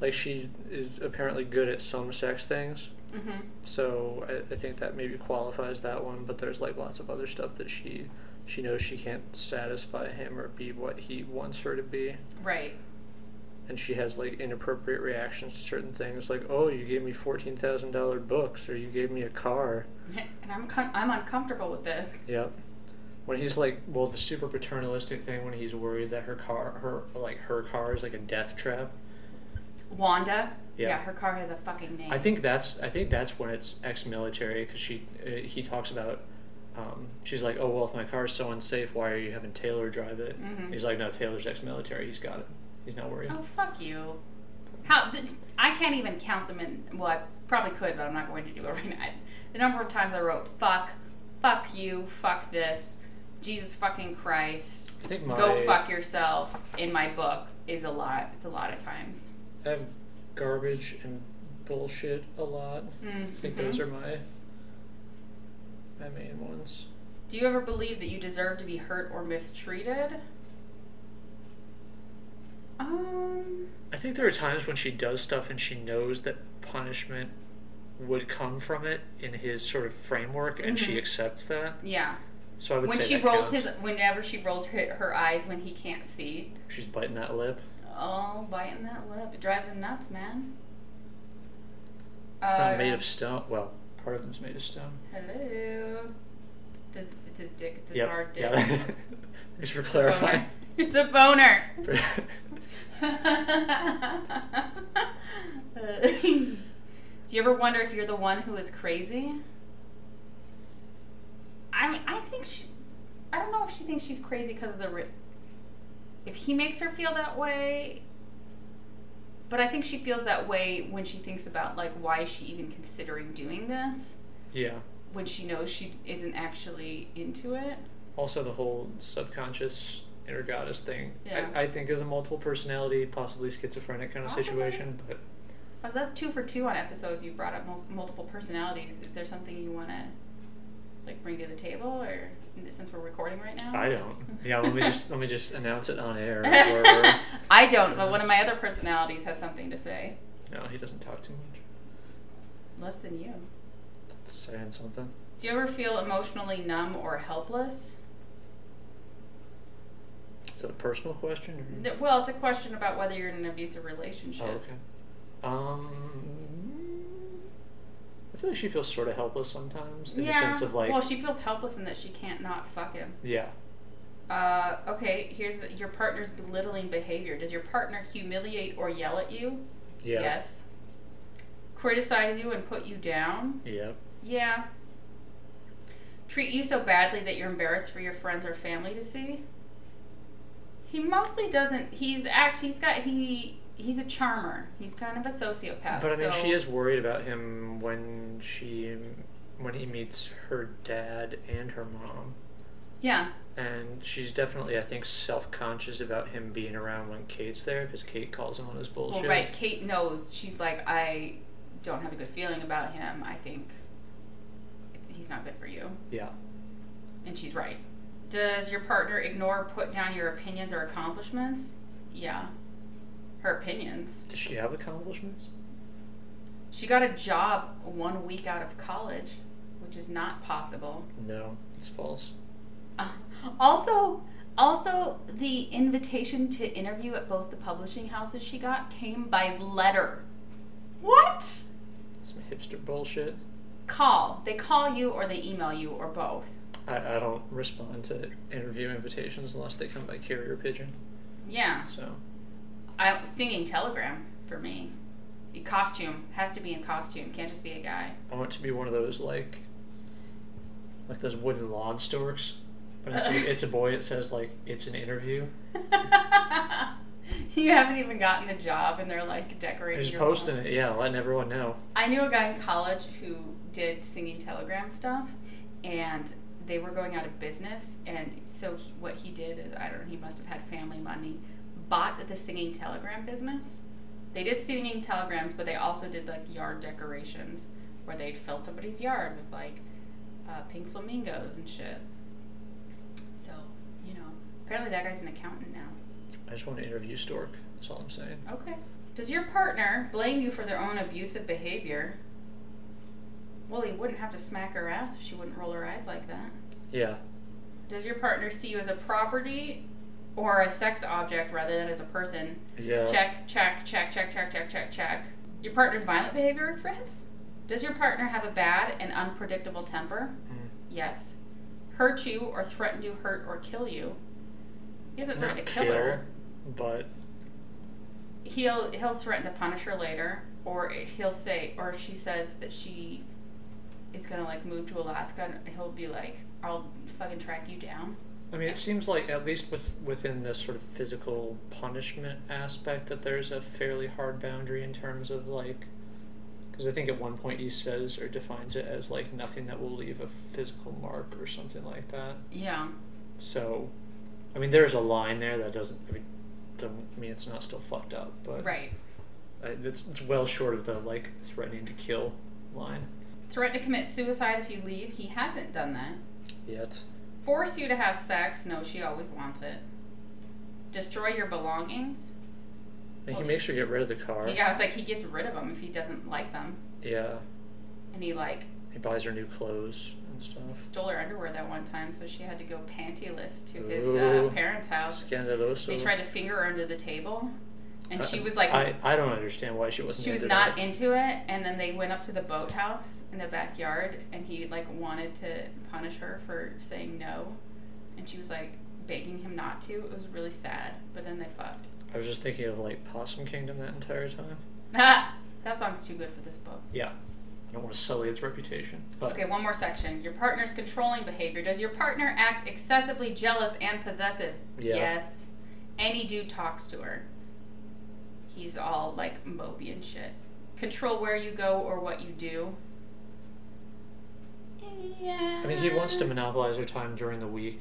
B: Like she is apparently good at some sex things,
A: Mm-hmm.
B: so I, I think that maybe qualifies that one. But there's like lots of other stuff that she she knows she can't satisfy him or be what he wants her to be.
A: Right.
B: and she has like inappropriate reactions to certain things like oh you gave me $14000 books or you gave me a car
A: And I'm con- I'm uncomfortable with this.
B: yep when he's like well the super paternalistic thing when he's worried that her car her like her car is like a death trap
A: Wanda.
B: Yeah.
A: her car has a fucking name.
B: i think that's i think that's when it's ex-military because she uh, he talks about um, she's like oh well if my car's so unsafe why are you having taylor drive it
A: Mhm.
B: he's like no taylor's ex-military he's got it he's not worried
A: Oh fuck you! How th- I can't even count them in. Well, I probably could, but I'm not going to do it right now. The number of times I wrote "fuck," "fuck you," "fuck this," "Jesus fucking Christ,"
B: i think my
A: "go fuck yourself" in my book is a lot. It's a lot of times.
B: i have garbage and
A: Mm-hmm.
B: bullshit a lot I think those are my my main ones.
A: Do you ever believe that you deserve to be hurt or mistreated? Um,
B: I think there are times when she does stuff and she knows that punishment would come from it in his sort of framework, and she accepts that.
A: yeah.
B: So I would
A: Mm-hmm. When
B: say
A: she
B: that
A: rolls
B: counts.
A: his, whenever she rolls her, her eyes when he can't see,
B: She's biting that lip.
A: oh, biting that lip, it drives him nuts, man.
B: It's
A: Uh,
B: not made of stone. Well, part of it's made of stone.
A: Hello. Does it's his dick? It's his hard
B: Yep.
A: dick.
B: Yeah. Thanks for clarifying.
A: It's a boner. Do you ever wonder if you're the one who is crazy? I mean, I think she. I don't know if she thinks she's crazy because of the. Ri- if he makes her feel that way. But I think she feels that way when she thinks about like why is she even considering doing this
B: yeah.
A: when she knows she isn't actually into it.
B: Also, the whole subconscious inner goddess thing,
A: Yeah.
B: I, I think, is a multiple personality, possibly schizophrenic kind of
A: Possibly.
B: situation. But
A: Oh, so that's two for two on episodes. You brought up mul- multiple personalities. Is there something you want to like bring to the table, or since we're recording right now?
B: I don't.
A: just-
B: Yeah. Let me just let me just announce it on air. Or,
A: I don't. But one of my other personalities has something to say.
B: no, he doesn't talk too much.
A: Less than you.
B: That's saying something.
A: Do you ever feel emotionally numb or helpless?
B: Is that a personal question? Or?
A: N- Well, it's a question about whether you're in an abusive
B: Hmm. Oh,
A: relationship.
B: okay. Um, I feel like she feels sort of helpless sometimes in
A: yeah.
B: the sense of like,
A: well, she feels helpless in that she can't not fuck him.
B: yeah,
A: Uh, okay, here's your partner's belittling behavior. Does your partner humiliate or yell at you?
B: yeah,
A: Yes. Criticize you and put you down?
B: yeah.
A: Yeah. Treat you so badly that you're embarrassed for your friends or family to see? He mostly doesn't. He's act. He's got. He. He's a charmer. He's kind of a sociopath.
B: But I mean,
A: so
B: she is worried about him when she when he meets her dad and her mom,
A: Yeah.
B: and she's definitely, I think, self conscious about him being around when Kate's there because Kate calls him on his bullshit.
A: Well, right. Kate knows. She's like, I don't have a good feeling about him. I think it's, he's not good for you.
B: Yeah.
A: And she's right. Does your partner ignore or put down your opinions or accomplishments? Yeah. Her opinions.
B: Does she have accomplishments?
A: She got a job one week out of college, which is not possible.
B: No, it's false.
A: Uh, also, also the invitation to interview at both the publishing houses she got came by letter. What?
B: Some hipster bullshit.
A: Call. They call you or they email you or both.
B: I, I don't respond to interview invitations unless they come by carrier pigeon.
A: Yeah.
B: So
A: I singing telegram for me. Costume has to be in costume. Can't just be a guy.
B: I want to be one of those like like those wooden lawn storks. When I see it's a boy, it says like it's an interview.
A: you haven't even gotten the job, and they're like
B: I'm
A: decorating.
B: just
A: your
B: posting
A: walls.
B: it, yeah, letting everyone know.
A: I knew a guy in college who did singing telegram stuff, and they were going out of business. And so he, what he did is, I don't know, he must have had family money, bought the singing telegram business. They did singing telegrams, but they also did like yard decorations where they'd fill somebody's yard with like uh, pink flamingos and shit. So you know, apparently that guy's an accountant now.
B: I just want to interview stork. That's all I'm saying.
A: Okay. Does your partner blame you for their own abusive behavior? Well, he wouldn't have to smack her ass if she wouldn't roll her eyes like that.
B: Yeah,
A: Does your partner see you as a property or a sex object rather than as a person?
B: yeah.
A: Check, check, check, check, check, check, check, check. Your partner's violent behavior or threats? Does your partner have a bad and unpredictable temper?
B: Mm.
A: Yes. Hurt you or threaten to hurt or kill you? He doesn't threaten to
B: Not
A: kill
B: kill,
A: her.
B: but
A: he'll he'll threaten to punish her later, or he'll say, or if she says that she is gonna like move to Alaska, and he'll be like, "I'll fucking track you down."
B: I mean, it seems like at least with within this sort of physical punishment aspect that there's a fairly hard boundary in terms of like, because I think at one point he says or defines it as like nothing that will leave a physical mark or something like that.
A: Yeah,
B: So, I mean, there's a line there that doesn't I mean, doesn't mean it's not still fucked up, but
A: right.
B: I- it's it's well short of the like threatening to kill line
A: Threaten to commit suicide if you leave. He hasn't done that.
B: yet.
A: Force you to have sex. No, she always wants it. Destroy your belongings.
B: And he makes her get rid of the car.
A: Oh. He, I was like, he gets rid of them if he doesn't like them.
B: Yeah.
A: And he, like,
B: He buys her new clothes and stuff.
A: stole her underwear that one time, so she had to go pantyless to his uh,
B: Ooh.
A: parents' house.
B: Scandaloso.
A: They tried to finger her under the table, and
B: I-
A: she was like,
B: I, I don't understand why she wasn't
A: she was
B: into
A: not
B: that.
A: into it. And then they went up to the boathouse in the backyard, and he like wanted to punish her for saying no, and she was like begging him not to. It was really sad, but then they fucked.
B: I was just thinking of like Possum Kingdom that entire time.
A: that song's too good for this book.
B: Yeah. I don't want to sully its reputation. But
A: Okay, one more section. Your partner's controlling behavior. Does your partner act excessively jealous and possessive?
B: Yeah.
A: Yes. Any dude talks to her. He's all like mopey and shit. Control where you go or what you do. Yeah.
B: I mean, he wants to monopolize her time during the week,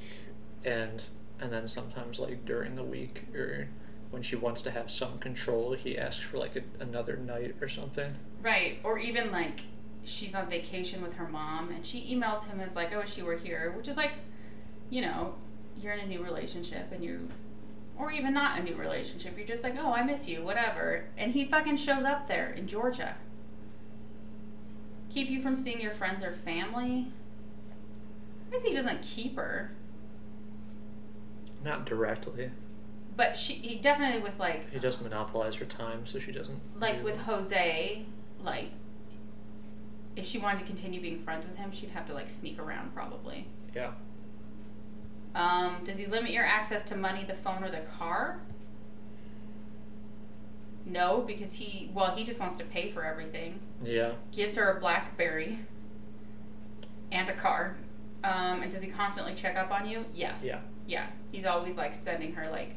B: and and then sometimes like during the week or when she wants to have some control, he asks for like a, another night or something.
A: Right, or even like she's on vacation with her mom and she emails him as like, "Oh, wish you were here," which is like, you know, you're in a new relationship and you, or even not a new relationship, you're just like, "Oh, I miss you," whatever, and he fucking shows up there in Georgia. Keep you from seeing your friends or family. I guess he doesn't keep her,
B: Not directly.
A: but she he definitely with like
B: He does monopolize her time, so she doesn't.
A: like
B: do-
A: with Jose, like if she wanted to continue being friends with him, she'd have to like sneak around probably.
B: Yeah.
A: Um, does he limit your access to money, the phone, or the car? No, because he well, he just wants to pay for everything.
B: Yeah.
A: Gives her a BlackBerry and a car. Um, and does he constantly check up on you? Yes.
B: Yeah.
A: Yeah. He's always like sending her like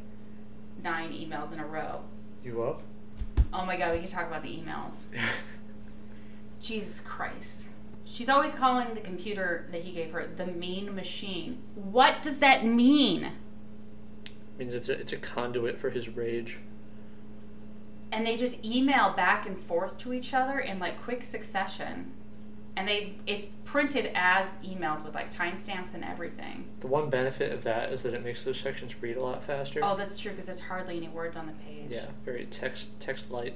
A: nine emails in a row.
B: You up?
A: Oh my god, we can talk about the emails. Jesus Christ. She's always calling the computer that he gave her the mean machine. What does that mean?
B: Means it's a, it's a conduit for his rage.
A: And they just email back and forth to each other in like quick succession. And they it's printed as emails with like timestamps and everything.
B: The one benefit of that is that it makes those sections read a lot faster.
A: Oh, that's true because it's hardly any words on the page.
B: Yeah, very text text light.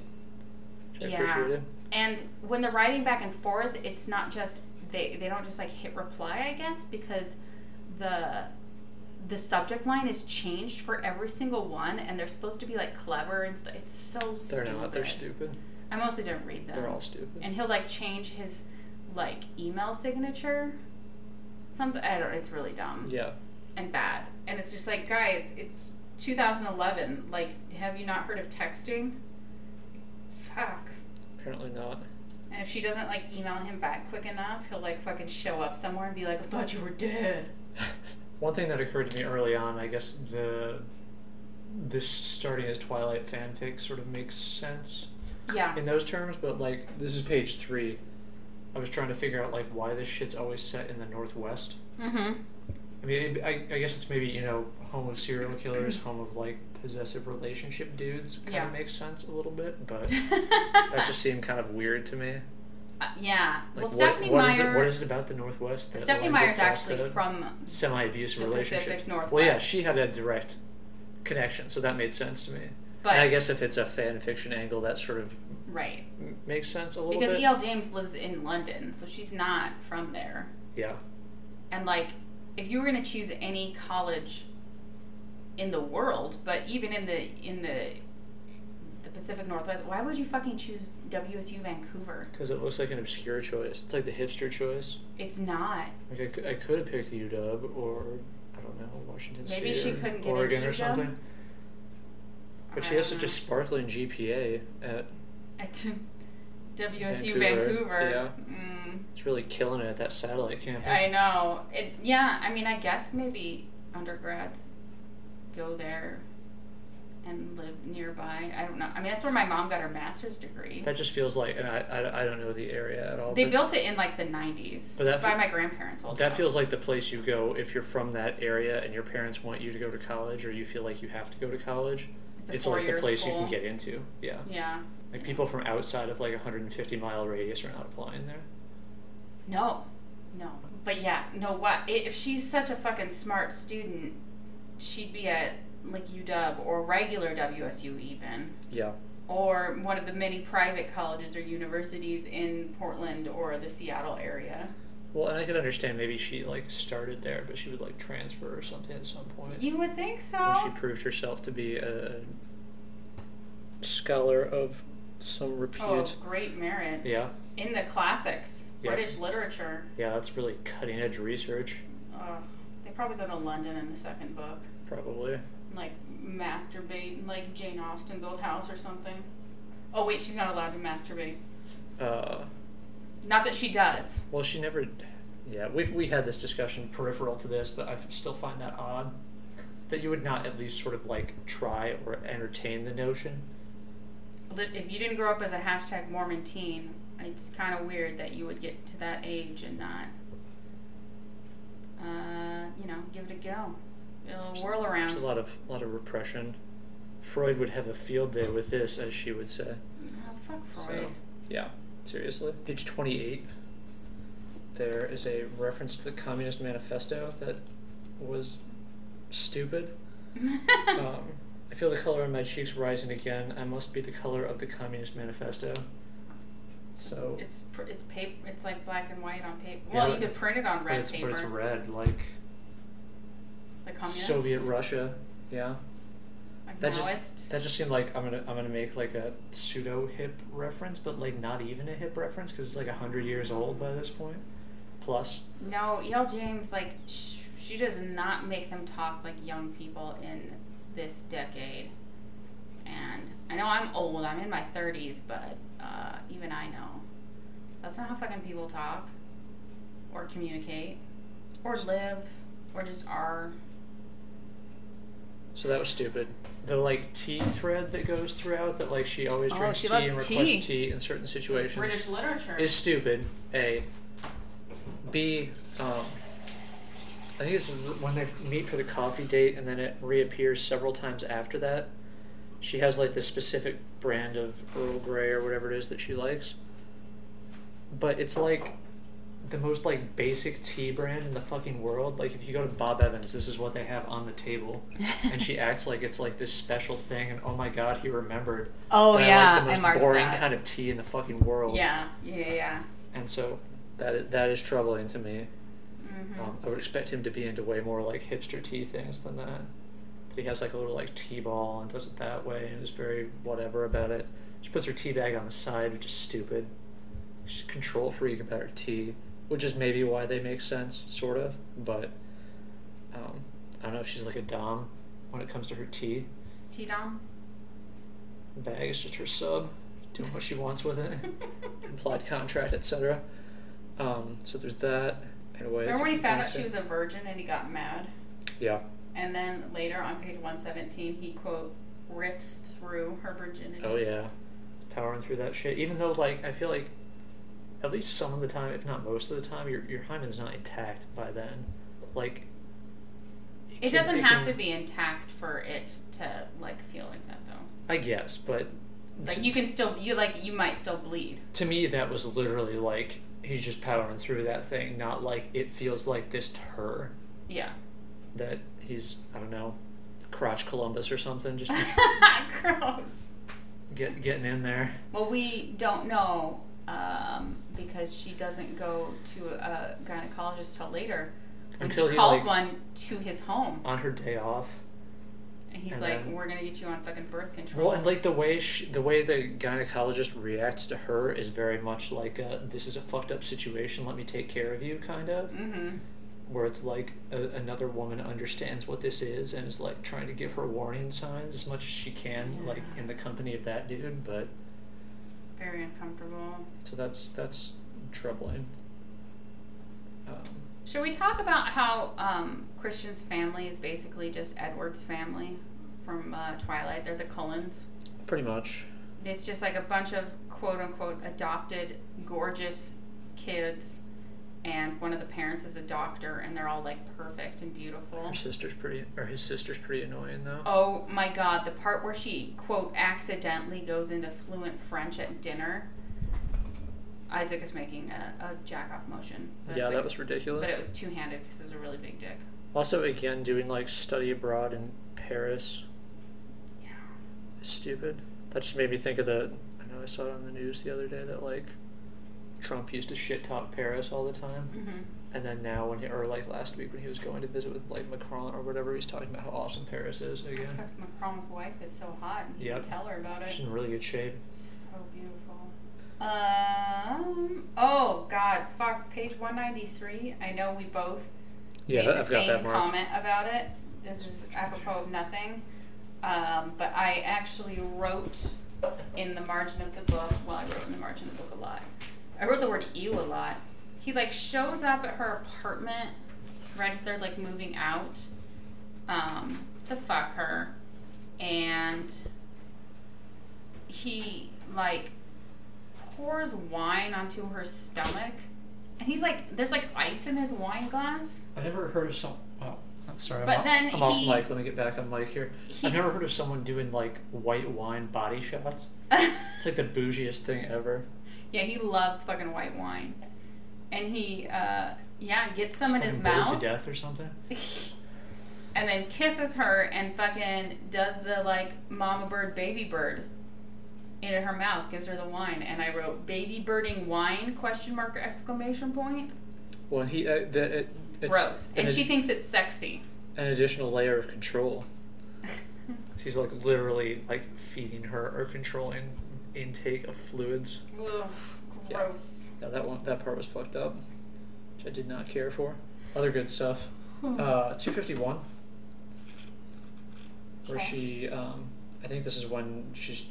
B: Which I
A: Yeah.
B: appreciated.
A: And when they're writing back and forth, it's not just they they don't just like hit reply, I guess, because the the subject line is changed for every single one, and they're supposed to be like clever and stuff. It's so
B: They're
A: stupid.
B: not. They're stupid.
A: I mostly don't read them.
B: They're all stupid.
A: And he'll like change his like email signature. Something I don't. It's really dumb
B: Yeah.
A: and bad. And it's just like, guys, it's 2011. Like, have you not heard of texting? Fuck.
B: Apparently not.
A: And if she doesn't like email him back quick enough, he'll like fucking show up somewhere and be like, I thought you were dead.
B: One thing that occurred to me early on, I guess the this starting as Twilight fanfic sort of makes sense
A: Yeah.
B: in those terms, but like this is page three. I was trying to figure out like why this shit's always set in the Northwest.
A: Mm-hmm.
B: I mean, it, I, I guess it's maybe you know home of serial killers, home of like possessive relationship dudes. Kind
A: Yeah.
B: of makes sense a little bit, but that just seemed kind of weird to me.
A: Uh, yeah.
B: Like,
A: well, Stephanie
B: what,
A: Meyer.
B: what is it? What is it about the Northwest that
A: Stephanie
B: lends
A: Meyer is
B: itself
A: actually
B: to
A: from.
B: semi-abusive
A: the
B: relationships?
A: Pacific Northwest.
B: Well, yeah, she had a direct connection, so that made sense to me.
A: But
B: and I guess if it's a fan fiction angle, that sort of
A: right,
B: m- makes sense a little
A: because E
B: bit.
A: E.L. James lives in London, so she's not from there.
B: yeah,
A: And like, if you were gonna choose any college in the world, but even in the in the the Pacific Northwest, why would you fucking choose WSU Vancouver?
B: because it looks like an obscure choice. It's like the hipster choice.
A: It's not.
B: Like I, cou- I could have picked UW or I don't know Washington
A: Maybe
B: State
A: she
B: or
A: couldn't get
B: Oregon
A: into
B: or
A: UW? Um.
B: something. But she
A: I
B: has
A: don't
B: such
A: know.
B: a sparkling GPA. At,
A: at WSU
B: Vancouver,
A: Vancouver.
B: yeah.
A: Mm,
B: it's really killing it at that satellite campus.
A: I know. It, yeah, I mean, I guess maybe undergrads go there and live nearby. I don't know. I mean, that's where my mom got her master's degree.
B: That just feels like, and I, I, I don't know the area at all.
A: they
B: but
A: built it in like the 90s.
B: But that
A: It's by
B: fe-
A: my grandparents' old
B: That
A: house.
B: feels like the place you go if you're from that area and your parents want you to go to college or you feel like you have to go to college.
A: it's,
B: It's,
A: a
B: like the
A: four-year
B: place you
A: school.
B: can get into. Yeah.
A: Yeah.
B: Like people from outside of like a 150 mile radius are not applying there.
A: No, no. But yeah, no, what? i- If she's such a fucking smart student, she'd be at like UW or regular WSU even,
B: Yeah.
A: or one of the many private colleges or universities in Portland or the Seattle area.
B: Well, and I could understand maybe she like started there, but she would like transfer or something at some point
A: You would think
B: when she
A: so.
B: proved herself to be a scholar of some repute.
A: Oh, great merit
B: Yeah,
A: in the classics,
B: Yep.
A: British literature.
B: yeah, that's really cutting edge research,
A: Oh, they probably go to London in the second book,
B: probably.
A: and, like masturbate in like Jane Austen's old house or something. Oh wait, she's not allowed to masturbate.
B: Uh,
A: Not that she does.
B: well, she never. Yeah, we've we had this discussion peripheral to this, but I f- still find that odd that you would not at least sort of like try or entertain the notion.
A: Li- If you didn't grow up as a hashtag Mormon teen, it's kind of weird that you would get to that age and not, uh, you know, give it a go. It'll whirl
B: There's a
A: around.
B: lot of lot of repression. Freud would have a field day with this, as she would say.
A: Oh, fuck Freud.
B: So, yeah, seriously. Page 28, there is a reference to the Communist Manifesto that was stupid. um, I feel the color in my cheeks rising again. I must be the color of the Communist Manifesto. So,
A: It's pr- it's paper. It's like black and white on paper.
B: Yeah,
A: Well,
B: but-
A: you could print it on
B: but
A: red
B: it's,
A: paper.
B: but it's red, like
A: the communists,
B: Soviet Russia. Yeah,
A: like
B: that just-
A: Maoists.
B: that just seemed like I'm gonna I'm gonna make like a pseudo hip reference, but like not even a hip reference because it's like hundred years old by this point, plus.
A: No, El James like sh- she does not make them talk like young people in this decade. And I know I'm old. I'm in my 30s, but uh, even I know that's not how fucking people talk, or communicate, or live, or just are.
B: So that was stupid. The like tea thread that goes throughout that like she always
A: Oh,
B: drinks
A: she
B: tea
A: loves
B: and
A: tea.
B: requests tea in certain situations
A: British literature.
B: is stupid. A. B. Um, I think this is when they meet for the coffee date and then it reappears several times after that. She has like the specific brand of Earl Grey or whatever it is that she likes. But it's like the most like basic tea brand in the fucking world. Like if you go to Bob Evans, this is what they have on the table. and she acts like it's like this special thing and oh my god, he remembered.
A: oh
B: that I like the most
A: and marks
B: boring
A: that.
B: kind of tea in the fucking world
A: Yeah, yeah, yeah.
B: and so that is, that is troubling to me.
A: Mm-hmm.
B: Um, I would expect him to be into way more like hipster tea things than that. That he has like a little like tea ball and does it that way and is very whatever about it. She puts her tea bag on the side, which is stupid. She's a control freak about her tea, which is maybe why they make sense, sort of. But um, I don't know if she's like a dom when it comes to her tea
A: T Dom.
B: bag. It's just her sub, doing what she wants with it, implied contract, etc. Um, so there's that. Anyway,
A: Remember when he found out she was a virgin and he got mad?
B: Yeah.
A: And then later on page 117, he quote rips through her virginity.
B: Oh yeah. Powering through that shit, even though like I feel like, at least some of the time, if not most of the time, your your hymen's not intact by then. Like.
A: It
B: can-
A: doesn't have to
B: can-
A: be intact for it to like feel like that though.
B: I guess, but.
A: Like you can still you like you might still bleed.
B: to me that was literally like he's just powering through that thing, not like it feels like this to her.
A: Yeah.
B: that he's I don't know, crotch Columbus or something, just
A: Gross.
B: get, getting in there.
A: Well, we don't know um, because she doesn't go to a gynecologist till later. And
B: Until
A: he
B: he,
A: calls
B: like-
A: one to his home,
B: On her day off,
A: and he's
B: and
A: like,
B: then-
A: "We're gonna get you on fucking birth control."
B: well, and like the way she, the way the gynecologist reacts to her is very much like a, this is a fucked up situation. Let me take care of you, kind of.
A: mm-hmm.
B: Where it's like a, another woman understands what this is and is like trying to give her warning signs as much as she can,
A: Yeah.
B: like in the company of that dude. But
A: Very uncomfortable.
B: so that's that's troubling. Um,
A: Should we talk about how um, Christian's family is basically just Edward's family from uh, Twilight? They're the Cullens.
B: pretty much.
A: It's just like a bunch of quote unquote adopted, gorgeous kids, and one of the parents is a doctor, and they're all like perfect and beautiful.
B: Her sister's pretty, or his sister's pretty annoying though.
A: Oh my god, the part where she, quote, accidentally goes into fluent French at dinner Isaac is making a, a jack off motion. But it's
B: yeah,
A: like-
B: that was ridiculous.
A: But it was two handed because it was a really big dick.
B: Also, again, doing like study abroad in Paris
A: Yeah.
B: is stupid. That just made me think of the. I know I saw it on the news the other day that like Trump used to shit talk Paris all the time,
A: Mm-hmm.
B: and then now when he or like last week when he was going to visit with like Macron or whatever, he's talking about how awesome Paris is
A: That's
B: again.
A: because Macron's wife is so hot and he
B: Yep.
A: can tell her about it.
B: She's in really good shape.
A: So beautiful. Um. Oh God. Fuck. Page one ninety three. I know we both
B: Yeah,
A: made the
B: I've
A: same
B: got that marked.
A: comment about it. This is apropos of nothing. Um, but I actually wrote in the margin of the book. Well, I wrote in the margin of the book a lot. I wrote the word "you" a lot. He like shows up at her apartment right as they're like moving out um, to fuck her, and he like pours wine onto her stomach, and he's like, there's like ice in his wine glass.
B: I never heard of some. Oh, I'm sorry.
A: But
B: I'm,
A: then
B: off, I'm off
A: he-
B: mic. Let me get back on mic here.
A: He-
B: I've never heard of someone doing like white wine body shots. It's like the bougiest thing ever.
A: Yeah, he loves fucking white wine. And he, uh, yeah, gets some in his
B: Just fucking bored
A: mouth
B: to death or something.
A: and then kisses her and fucking does the like mama bird, baby bird into her mouth, gives her the wine. And I wrote baby birding wine question mark exclamation point.
B: Well, he uh, the, it, it's
A: Gross.
B: an,
A: And she
B: ad-
A: thinks it's sexy.
B: an additional layer of control. She's like literally like feeding her or controlling intake of fluids.
A: Ugh,
B: Yeah.
A: gross.
B: Yeah, that one that part was fucked up, which I did not care for. Other good stuff. Uh, two fifty one. Where
A: Okay.
B: she, um, I think this is when she's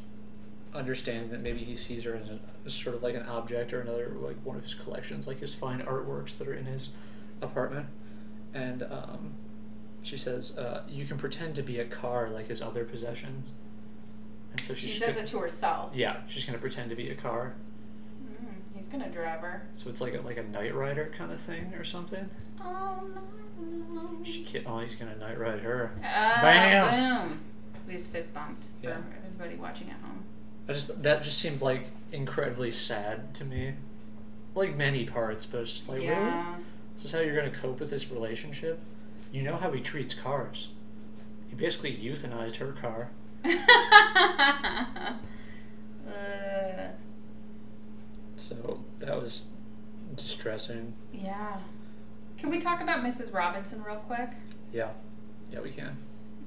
B: understanding that maybe he sees her as, a, as sort of like an object or another, like one of his collections, like his fine artworks that are in his apartment. And um, she says, uh, "You can pretend to be a car like his other possessions." And so
A: She
B: she's
A: says
B: gonna-
A: it to herself.
B: yeah, she's gonna pretend to be a car.
A: Mm, he's gonna drive her.
B: So it's like a, like a Knight Rider kind of thing or something.
A: Oh, no.
B: She can't, oh, he's gonna Knight Ride her.
A: Uh,
B: Bam.
A: Boom. We just fist bumped
B: Yeah.
A: for everybody watching at home.
B: I just that just seemed like incredibly sad to me. Like many parts, but it's just like really,
A: yeah.
B: this is how you're gonna cope with this relationship. You know how he treats cars. He basically euthanized her car.
A: uh,
B: So that was distressing.
A: yeah. Can we talk about Mrs. Robinson real quick?
B: Yeah, yeah, we can.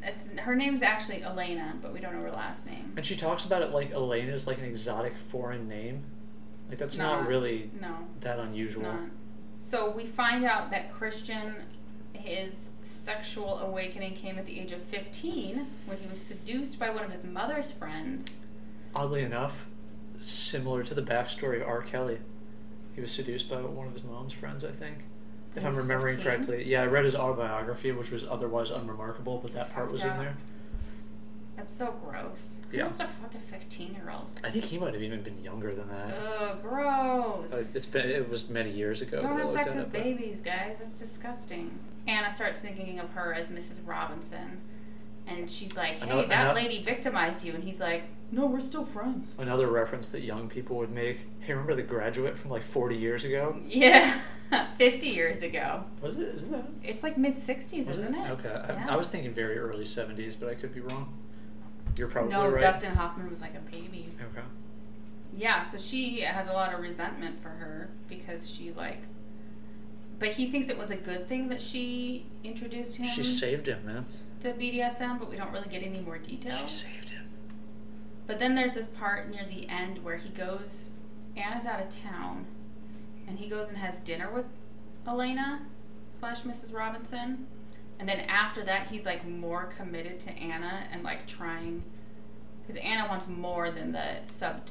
A: It's her name's actually Elena, but we don't know her last name.
B: And she talks about it like Elena's like an exotic foreign name. Like that's
A: It's
B: not,
A: not.
B: really
A: No,
B: that
A: it's
B: unusual.
A: not. So we find out that Christian, his sexual awakening came at the age of 15 when he was seduced by one of his mother's friends.
B: Oddly enough, similar to the backstory of R. Kelly. He was seduced by one of his mom's friends, I think. If
A: He
B: I'm
A: was
B: remembering
A: 15?
B: correctly. Yeah, I read his autobiography, which was otherwise unremarkable, but
A: It's
B: that part was
A: fucked
B: in
A: up.
B: there.
A: That's so gross.
B: Yeah.
A: Who wants to fuck a 15 year old?
B: I think he might have even been younger than that.
A: Ugh, gross.
B: Uh, It's been it was many years ago
A: No
B: that
A: one
B: I
A: has
B: looked
A: sex
B: at
A: with
B: it. but-
A: babies, guys. That's disgusting. Anna starts thinking of her as Mrs. Robinson, and she's like, "Hey,
B: Another-
A: that
B: ano-
A: lady victimized you," and he's like, "No, we're still friends."
B: Another reference that young people would make. Hey, remember the graduate from like 40 years ago?
A: Yeah, fifty years ago.
B: Was it? Is that?
A: It's like mid sixties,
B: was
A: isn't it?
B: Okay.
A: Yeah.
B: I, I was thinking very early 70s, but I could be wrong. You're probably
A: no,
B: right.
A: Dustin Hoffman was like a baby.
B: Okay.
A: Yeah, so she has a lot of resentment for her because she like, but he thinks it was a good thing that she introduced him
B: She saved him, man.
A: to BDSM, but we don't really get any more details.
B: She saved him.
A: But then there's this part near the end where he goes, Anna's out of town, and he goes and has dinner with Elena slash Mrs. Robinson. And then after that, he's like more committed to Anna and like trying, because Anna wants more than the sub,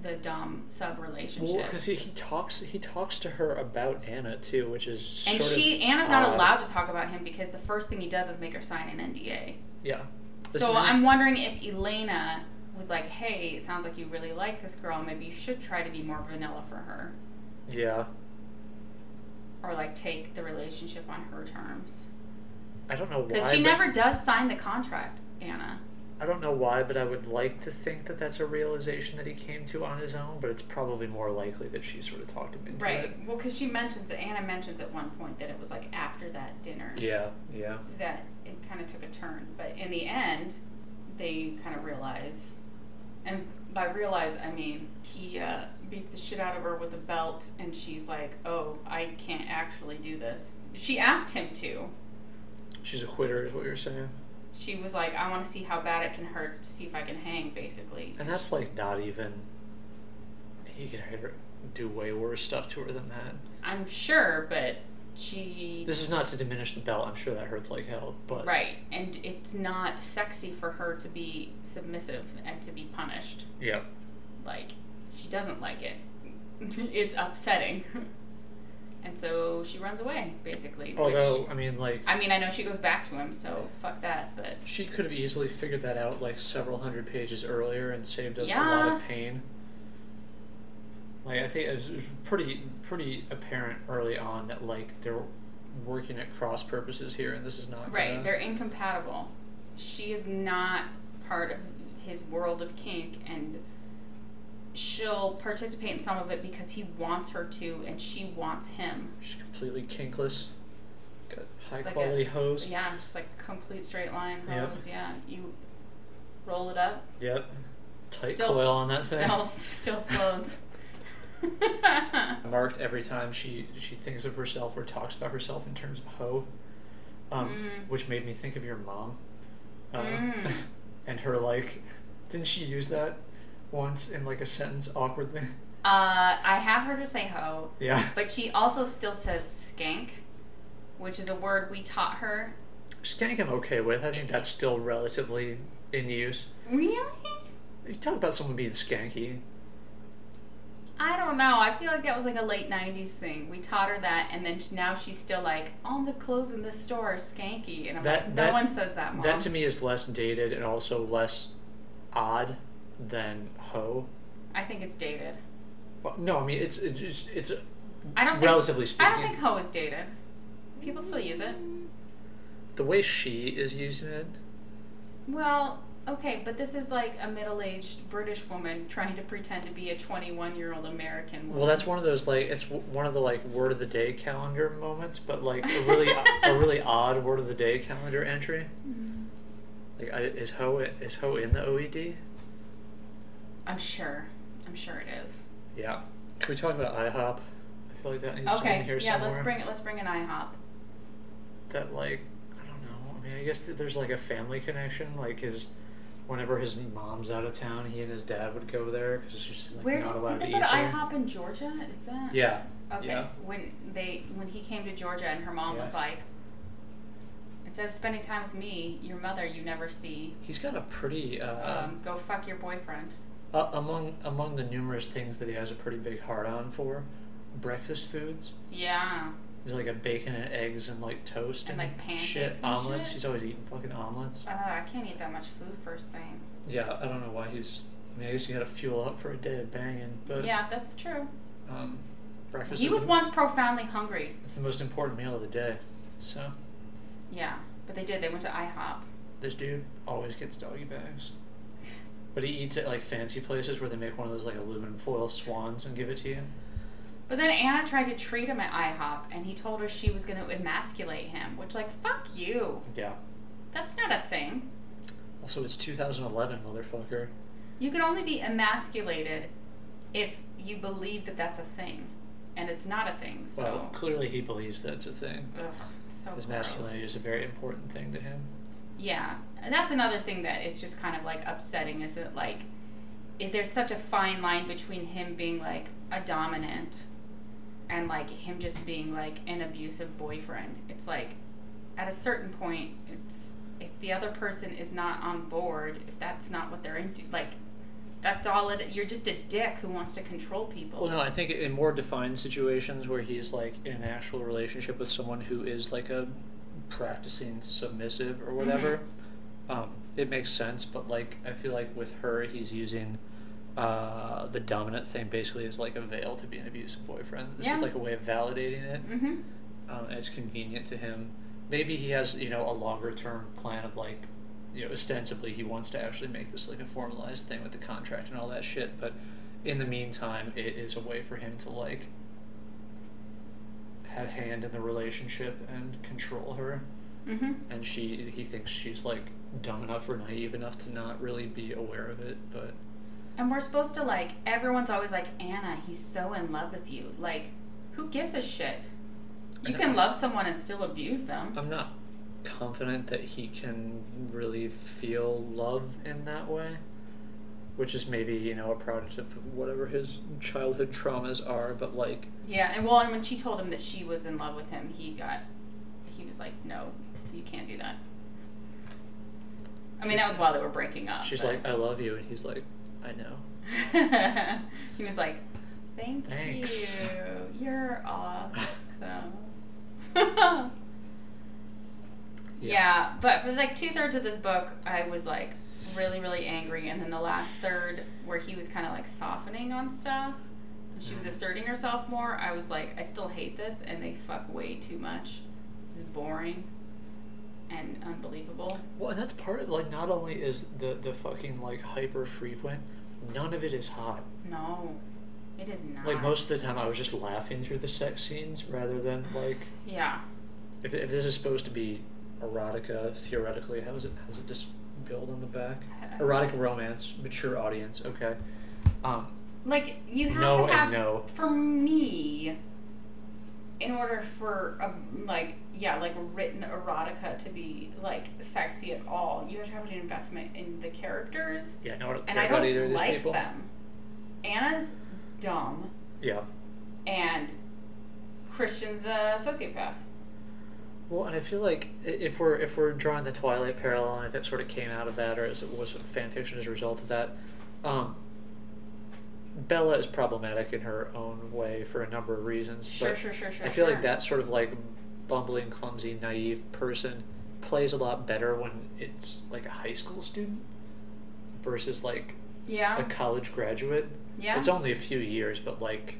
A: the dom sub relationship.
B: Well, because he, he talks he talks to her about Anna too, which is
A: and
B: sort
A: she,
B: of
A: Anna's not
B: odd.
A: allowed to talk about him because the first thing he does is make her sign an NDA.
B: Yeah. This-
A: So
B: this is-
A: I'm wondering if Elena was like, "Hey, it sounds like you really like this girl. Maybe you should try to be more vanilla for her,
B: yeah.
A: or like take the relationship on her terms."
B: I don't know why.
A: Because she
B: but
A: never does sign the contract, Anna.
B: I don't know why, but I would like to think that that's a realization that he came to on his own, but it's probably more likely that she sort of talked him into
A: Right.
B: it.
A: Well, because she mentions it, Anna mentions at one point that it was like after that dinner
B: Yeah, yeah.
A: that it kind of took a turn. But in the end, they kind of realize. And by realize, I mean he uh, beats the shit out of her with a belt, and she's like, oh, I can't actually do this. She asked him to.
B: She's a quitter, is what you're saying.
A: She was like, I want to see how bad it can hurt to see if I can hang, basically.
B: And that's like not even. He could hit her- do way worse stuff to her than that.
A: I'm sure, but she.
B: This is not to diminish the belt. I'm sure that hurts like hell, but
A: Right, and it's not sexy for her to be submissive and to be punished.
B: yeah,
A: Like, she doesn't like it. it's upsetting. and so she runs away, basically.
B: Although
A: which,
B: I mean, like
A: I mean, I know she goes back to him, so fuck that, but.
B: she could have easily figured that out like several hundred pages earlier and saved us a lot of
A: Yeah.
B: pain. Like I think it was it was pretty pretty apparent early on that like they're working at cross purposes here, and this is not
A: Right,
B: gonna-
A: they're incompatible. She is not part of his world of kink, and she'll participate in some of it because he wants her to, and she wants him.
B: She's completely kinkless. Got high
A: a-
B: quality hose.
A: Yeah, just like complete straight line
B: Yep.
A: hose. Yeah, you roll it up,
B: Yep. Tight
A: Still-
B: coil on that thing.
A: still still flows.
B: Marked every time she she thinks of herself or talks about herself in terms of hoe, um,
A: Mm.
B: which made me think of your mom, uh,
A: Mm.
B: and her like. Didn't she use that once in like a sentence awkwardly?
A: uh, I have heard her say ho,
B: yeah.
A: but she also still says skank, which is a word we taught her.
B: Skank I'm okay with. I think that's still relatively in use.
A: Really?
B: You talk about someone being skanky.
A: I don't know. I feel like that was like a late '90s thing. We taught her that, and then now she's still like, all the clothes in this store are skanky, and I'm
B: That-
A: like,
B: that-
A: no one says that, mom.
B: That to me is less dated and also less odd than hoe.
A: I think it's dated.
B: Well, no, I mean it's it's just- it's uh,
A: I don't think
B: relatively
A: I
B: speaking.
A: don't think ho is dated. People still use it.
B: the way she is using it.
A: Well, okay, but this is like a middle-aged British woman trying to pretend to be a 21-year-old American woman.
B: Well, that's one of those like it's w- one of the like word of the day calendar moments, but like a really a really odd word of the day calendar entry.
A: Mm.
B: Like I, is ho is ho in the E OED?
A: I'm sure. I'm sure it is.
B: Yeah. Can we talk about IHOP? I feel like that needs to be in
A: Okay,
B: here
A: yeah,
B: somewhere.
A: let's bring it. Let's bring an IHOP.
B: that like I don't know. I mean, I guess that there's like a family connection. Like his, whenever his mom's out of town, he and his dad would go there because she's like
A: Where
B: not
A: did,
B: allowed
A: did they
B: to
A: go
B: eat
A: to
B: there.
A: IHOP in Georgia? Is that
B: Yeah.
A: Okay.
B: yeah.
A: When they when he came to Georgia and her mom
B: Yeah.
A: was like, instead of spending time with me, your mother you never see.
B: He's got a pretty uh,
A: Um, go fuck your boyfriend.
B: uh, among among the numerous things that he has a pretty big heart on for breakfast foods.
A: Yeah.
B: He's like a bacon and eggs and like toast
A: And,
B: and,
A: like, pancakes
B: shit
A: and
B: omelets.
A: shit.
B: He's always eating fucking omelets.
A: Uh, I can't eat that much food first thing.
B: Yeah, I don't know why he's. I mean, I guess you got to fuel up for a day of banging, but
A: yeah, that's true.
B: um, breakfast
A: He
B: is
A: was
B: the,
A: once profoundly hungry.
B: it's the most important meal of the day. So
A: Yeah, but they did. They went to IHOP.
B: this dude always gets doggy bags. But he eats at like fancy places where they make one of those like aluminum foil swans and give it to you.
A: But then Anna tried to treat him at IHOP, and he told her she was going to emasculate him, which, like, fuck you.
B: Yeah.
A: That's not a thing.
B: Also, it's 2011, motherfucker.
A: You can only be emasculated if you believe that that's a thing, and it's not a thing. So,
B: Well, clearly he believes that's a thing.
A: ugh, it's so
B: His
A: gross.
B: masculinity is a very important thing to him.
A: Yeah, and that's another thing that is just kind of like upsetting is that like if there's such a fine line between him being like a dominant and like him just being like an abusive boyfriend. It's like at a certain point, it's if the other person is not on board, if that's not what they're into, like that's all it. You're just a dick who wants to control people.
B: Well, no, I think in more defined situations where he's like in an actual relationship with someone who is like a practicing submissive or whatever,
A: Mm-hmm.
B: um, it makes sense. But like, I feel like with her, he's using uh, the dominant thing basically as like a veil to be an abusive boyfriend. This is
A: Yeah.
B: like a way of validating it.
A: Mm-hmm.
B: Um, and it's convenient to him. Maybe he has you know a longer term plan of like you know, ostensibly he wants to actually make this like a formalized thing with the contract and all that shit, but in the meantime, it is a way for him to like have hand in the relationship and control her.
A: Mm-hmm.
B: And she, he thinks she's like dumb enough or naive enough to not really be aware of it, but
A: And we're supposed to like everyone's always like Anna, he's so in love with you. Like, who gives a shit? You can love someone and still abuse them.
B: I'm not confident that he can really feel love in that way, which is maybe you know a product of whatever his childhood traumas are. But like,
A: Yeah, and well, and when she told him that she was in love with him, he got, he was like, no, you can't do that. I mean, that was while they were breaking up.
B: she's
A: but-
B: like, "I love you," and he's like, "I know."
A: he was like, thank
B: Thanks.
A: you, you're awesome. yeah. but for like two thirds of this book, I was like really, really angry, and then the last third where he was kind of like softening on stuff. and
B: Mm-hmm.
A: She was asserting herself more. I was like, I still hate this, and they fuck way too much. This is boring and unbelievable.
B: Well, and that's part of like not only is the the fucking like hyper frequent, none of it is hot.
A: No, it is not.
B: Like most of the time, I was just laughing through the sex scenes rather than like
A: Yeah.
B: if if this is supposed to be erotica theoretically, how is it how does it just build on the back? erotic romance, mature audience. Okay. Um,
A: Like you have
B: no
A: to have
B: and no.
A: for me in order for um, like yeah like written erotica to be like sexy at all you have to have an investment in the characters
B: Yeah, no, I don't
A: and
B: care
A: i
B: about either
A: don't
B: of these
A: like
B: people.
A: them anna's dumb
B: Yeah.
A: and christian's a sociopath
B: Well, and I feel like i- if we're if we're drawing the Twilight parallel, and if it sort of came out of that, or as it was fan fiction as a result of that, um, Bella is problematic in her own way for a number of reasons.
A: sure
B: but
A: sure sure sure
B: I feel
A: sure.
B: like that sort of like bumbling, clumsy, naive person plays a lot better when it's like a high school student versus like s-
A: Yeah.
B: a college graduate.
A: yeah
B: It's only a few years, but like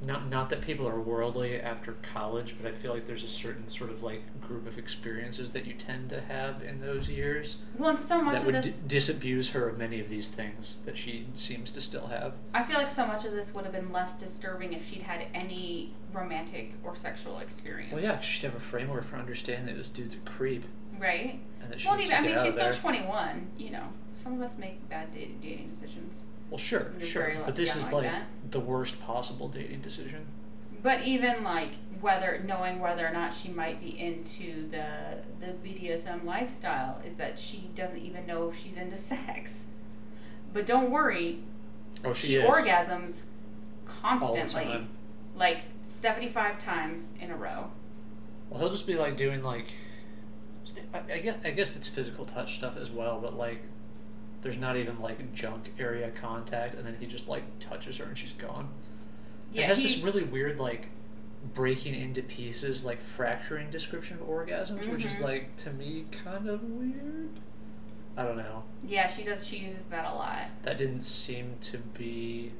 B: not not that people are worldly after college, but I feel like there's a certain sort of like group of experiences that you tend to have in those years
A: well and so much
B: that
A: of
B: would
A: this
B: d- disabuse her of many of these things that she seems to still have.
A: I feel like so much of this would have been less disturbing if she'd had any romantic or sexual experience.
B: Well, yeah, 'cause she'd have a framework for understanding that this dude's a creep
A: Right?
B: and that she
A: Well,
B: needs
A: even, I
B: to get
A: mean,
B: out
A: she's
B: of there.
A: still 21, you know. Some of us make bad da- dating decisions.
B: Well, sure,
A: You're
B: sure,
A: very
B: but
A: lucky
B: this
A: I'm
B: is
A: like
B: like
A: that.
B: the worst possible dating decision.
A: But even, like, whether knowing whether or not she might be into the, the BDSM lifestyle is that she doesn't even know if she's into sex. But don't worry,
B: Oh,
A: she,
B: she, is
A: orgasms
B: all the
A: constantly.
B: time.
A: Like, 75 times in a row.
B: Well, he'll just be like doing like, I, I guess I guess it's physical touch stuff as well, but like, there's not even like junk area contact, and then he just like touches her and she's gone.
A: Yeah,
B: it has
A: he-
B: this really weird like breaking into pieces, like fracturing description of orgasms, which is
A: Mhm.
B: like to me kind of weird. I don't know.
A: Yeah, she does. She uses that a lot.
B: that didn't seem to be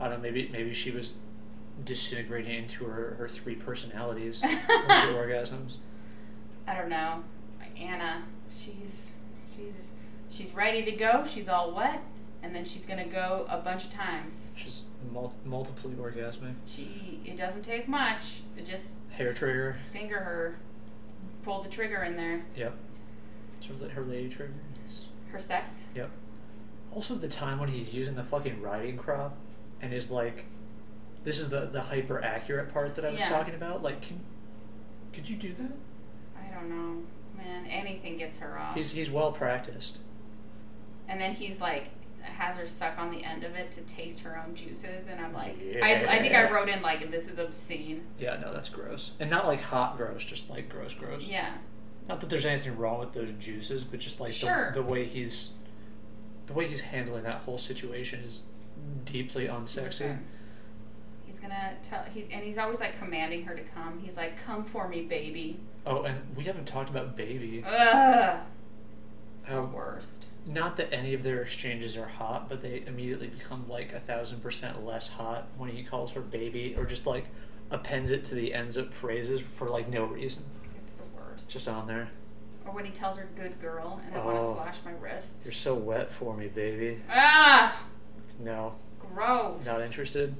B: I don't know, maybe maybe she was disintegrating into her, her three personalities when she
A: I
B: orgasms.
A: don't know. Anna, she's she's she's ready to go. She's all wet, and then she's gonna go a bunch of times.
B: She's mul- multiply orgasmic.
A: She it doesn't take much. Just
B: Hair trigger.
A: finger her, pull the trigger in there.
B: Yep. Sort of like her lady trigger. Yes.
A: Her sex.
B: Yep. Also the time when he's using the fucking riding crop and is like this is the, the hyper accurate part that I was
A: Yeah.
B: talking about. Like can could you do that?
A: I don't know, man. Anything gets her off.
B: He's he's well practiced.
A: and then he's like has her suck on the end of it to taste her own juices, and I'm like, I, I think I
B: Yeah.
A: wrote in like this is obscene.
B: Yeah, no, that's gross. And not like hot gross, just like gross gross.
A: Yeah.
B: Not that there's anything wrong with those juices, but just like
A: Sure.
B: the, the way he's the way he's handling that whole situation is deeply unsexy.
A: Listen, He's gonna tell he and he's always like commanding her to come. He's like, "Come for me, baby."
B: Oh, and we haven't talked about baby.
A: Ugh, it's the
B: Um,
A: worst.
B: Not that any of their exchanges are hot, but they immediately become like a thousand percent less hot when he calls her baby, or just like appends it to the ends of phrases for like no reason.
A: It's the
B: It's
A: worst.
B: just on there.
A: Or when he tells her, good girl, and I want to
B: Oh.
A: slash my
B: You're
A: wrists.
B: so wet for me, baby.
A: Ah!
B: No,
A: Gross.
B: not interested.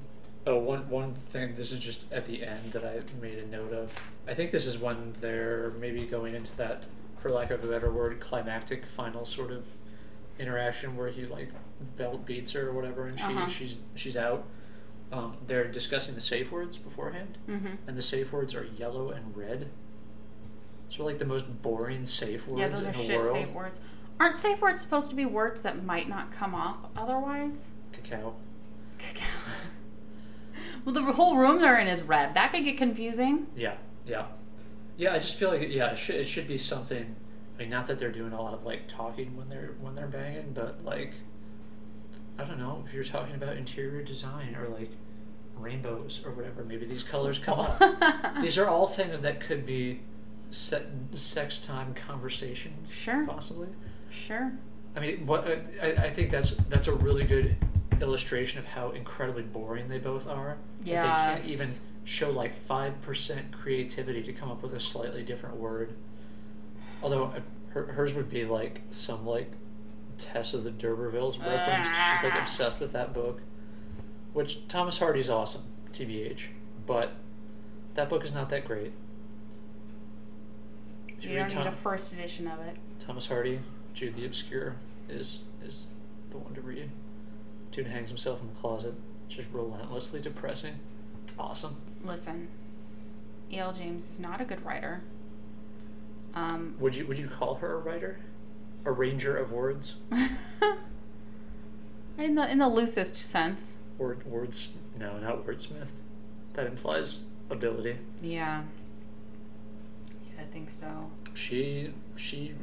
B: Oh, one one thing. This is just at the end that I made a note of. I think this is when they're maybe going into that, for lack of a better word, climactic final sort of interaction where he like belt beats her or whatever, and she
A: Uh-huh.
B: she's she's out. Um, they're discussing the safe words beforehand,
A: Mm-hmm.
B: and the safe words are yellow and red. So like the most boring safe words
A: Yeah, those
B: in
A: are
B: the
A: shit
B: world.
A: safe words. Aren't safe words supposed to be words that might not come up otherwise?
B: Cacao.
A: well, the whole room they're in is red. That could get confusing.
B: Yeah, yeah, yeah. I just feel like yeah, it should, it should be something. I mean, not that they're doing a lot of like talking when they're when they're banging, but like, I don't know if you're talking about interior design or like rainbows or whatever. Maybe these colors come up. These are all things that could be set sex time conversations.
A: Sure.
B: possibly.
A: sure.
B: I mean, what I, I- I think that's that's a really good illustration of how incredibly boring they both are. That they can't
A: Yes.
B: even show like five percent creativity to come up with a slightly different word. Although uh, her, hers would be like some like Tess of the D'Urbervilles reference. 'cause She's like obsessed with that book, which Thomas Hardy's awesome, tbh. But that book is not that great. If
A: You
B: read
A: don't need a
B: Tom-
A: first edition of it.
B: Thomas Hardy, Jude the Obscure is is the one to read. Dude hangs himself in the closet, just relentlessly depressing. It's awesome.
A: Listen, E.L. James is not a good writer. Um,
B: Would you would you call her a writer? A ranger of words?
A: in the in the loosest sense.
B: Word words no, not wordsmith. That implies ability.
A: Yeah. Yeah, I think so.
B: She she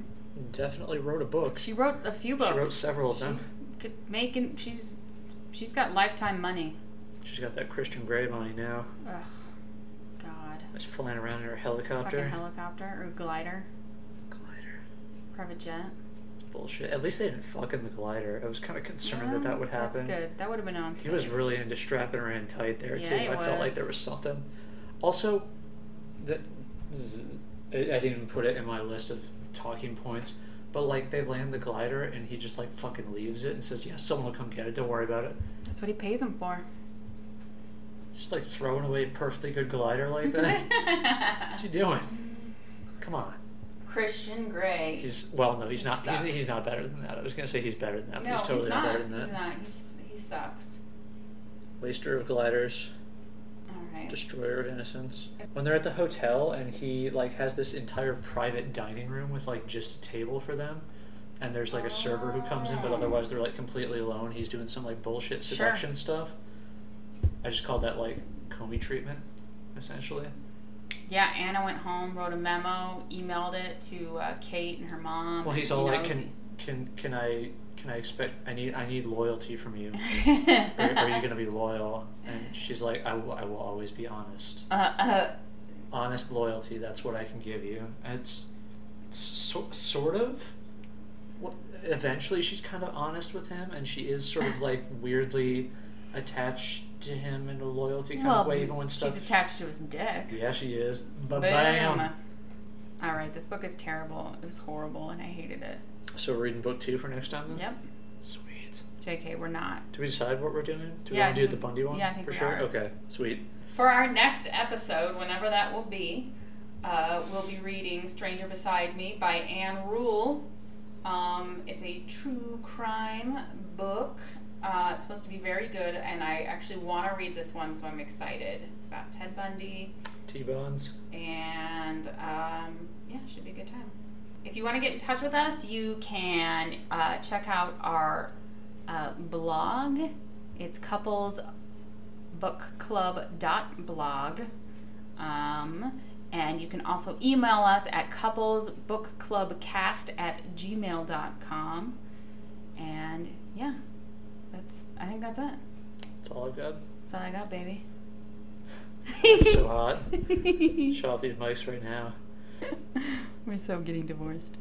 B: definitely wrote a book.
A: She wrote a few books.
B: She wrote several of them.
A: She's good- making. She's she's got lifetime money.
B: She's got that Christian Grey money now.
A: Ugh, God.
B: It's flying around in her
A: Fucking
B: helicopter.
A: helicopter or glider,
B: Glider.
A: private jet.
B: It's bullshit. At least they didn't fuck in the glider. I was kind of concerned
A: Well,
B: that that would happen.
A: That's good. That would have been on.
B: He was really into strapping her in tight there
A: Yeah,
B: too.
A: he
B: I felt like
A: was.
B: there was something. Also, that this is- I I didn't put it in my list of talking points, but like they land the glider and he just like fucking leaves it and says, "Yeah, someone will come get it. Don't worry about it."
A: That's what he pays him for.
B: Just like throwing away a perfectly good glider like that. What's he doing? Come on.
A: Christian Grey.
B: He's well, no, he's
A: He
B: not. He's,
A: sucks.
B: he's not better than that. I was gonna say he's better than that, but
A: no,
B: he's totally
A: not.
B: better than
A: He's
B: that.
A: not. He's, he sucks.
B: Waster of gliders.
A: All right.
B: destroyer of innocence when they're at the hotel and he like has this entire private dining room with like just a table for them and there's like a server who comes in but
A: Oh.
B: otherwise they're like completely alone he's doing some like bullshit
A: Sure.
B: seduction stuff i just called that like comey treatment essentially
A: Yeah, Anna went home, wrote a memo, emailed it to uh, Kate and her mom.
B: well
A: and,
B: he's all
A: you
B: like
A: know,
B: can can can i can i expect i need i need loyalty from you are, are you gonna be loyal and she's like I will- I will always be honest
A: uh, uh,
B: honest loyalty. That's what I can give you. And it's so, sort of. What, eventually, she's kind of honest with him, and she is sort of like weirdly attached to him in a loyalty kind of
A: well,
B: way, even when
A: she's
B: stuff.
A: attached to his dick.
B: yeah, she is. But bam.
A: All right, this book is terrible. It was horrible, and I hated it.
B: So we're reading book two for next time. Then?
A: Yep.
B: Sweet.
A: JK, we're not.
B: Do we decide what we're doing? Do we
A: Yeah, I
B: want to do
A: think-
B: the Bundy one
A: yeah, I think
B: for
A: we
B: sure?
A: are.
B: Okay. Sweet.
A: For our next episode, whenever that will be, uh, we'll be reading Stranger Beside Me by Anne Rule. Um, it's a true crime book. Uh, it's supposed to be very good, and I actually want to read this one, so I'm excited. It's about Ted Bundy,
B: T bones.
A: and um, yeah, should be a good time. If you want to get in touch with us, you can uh, check out our uh, blog. It's couplesbookclub.blog. Um, and you can also email us at couplesbookclubcast at gmail.com. And yeah, that's I think that's it.
B: That's all I've got.
A: That's all I got, baby.
B: It's so hot. Shut off these mics right now.
A: We're so getting divorced.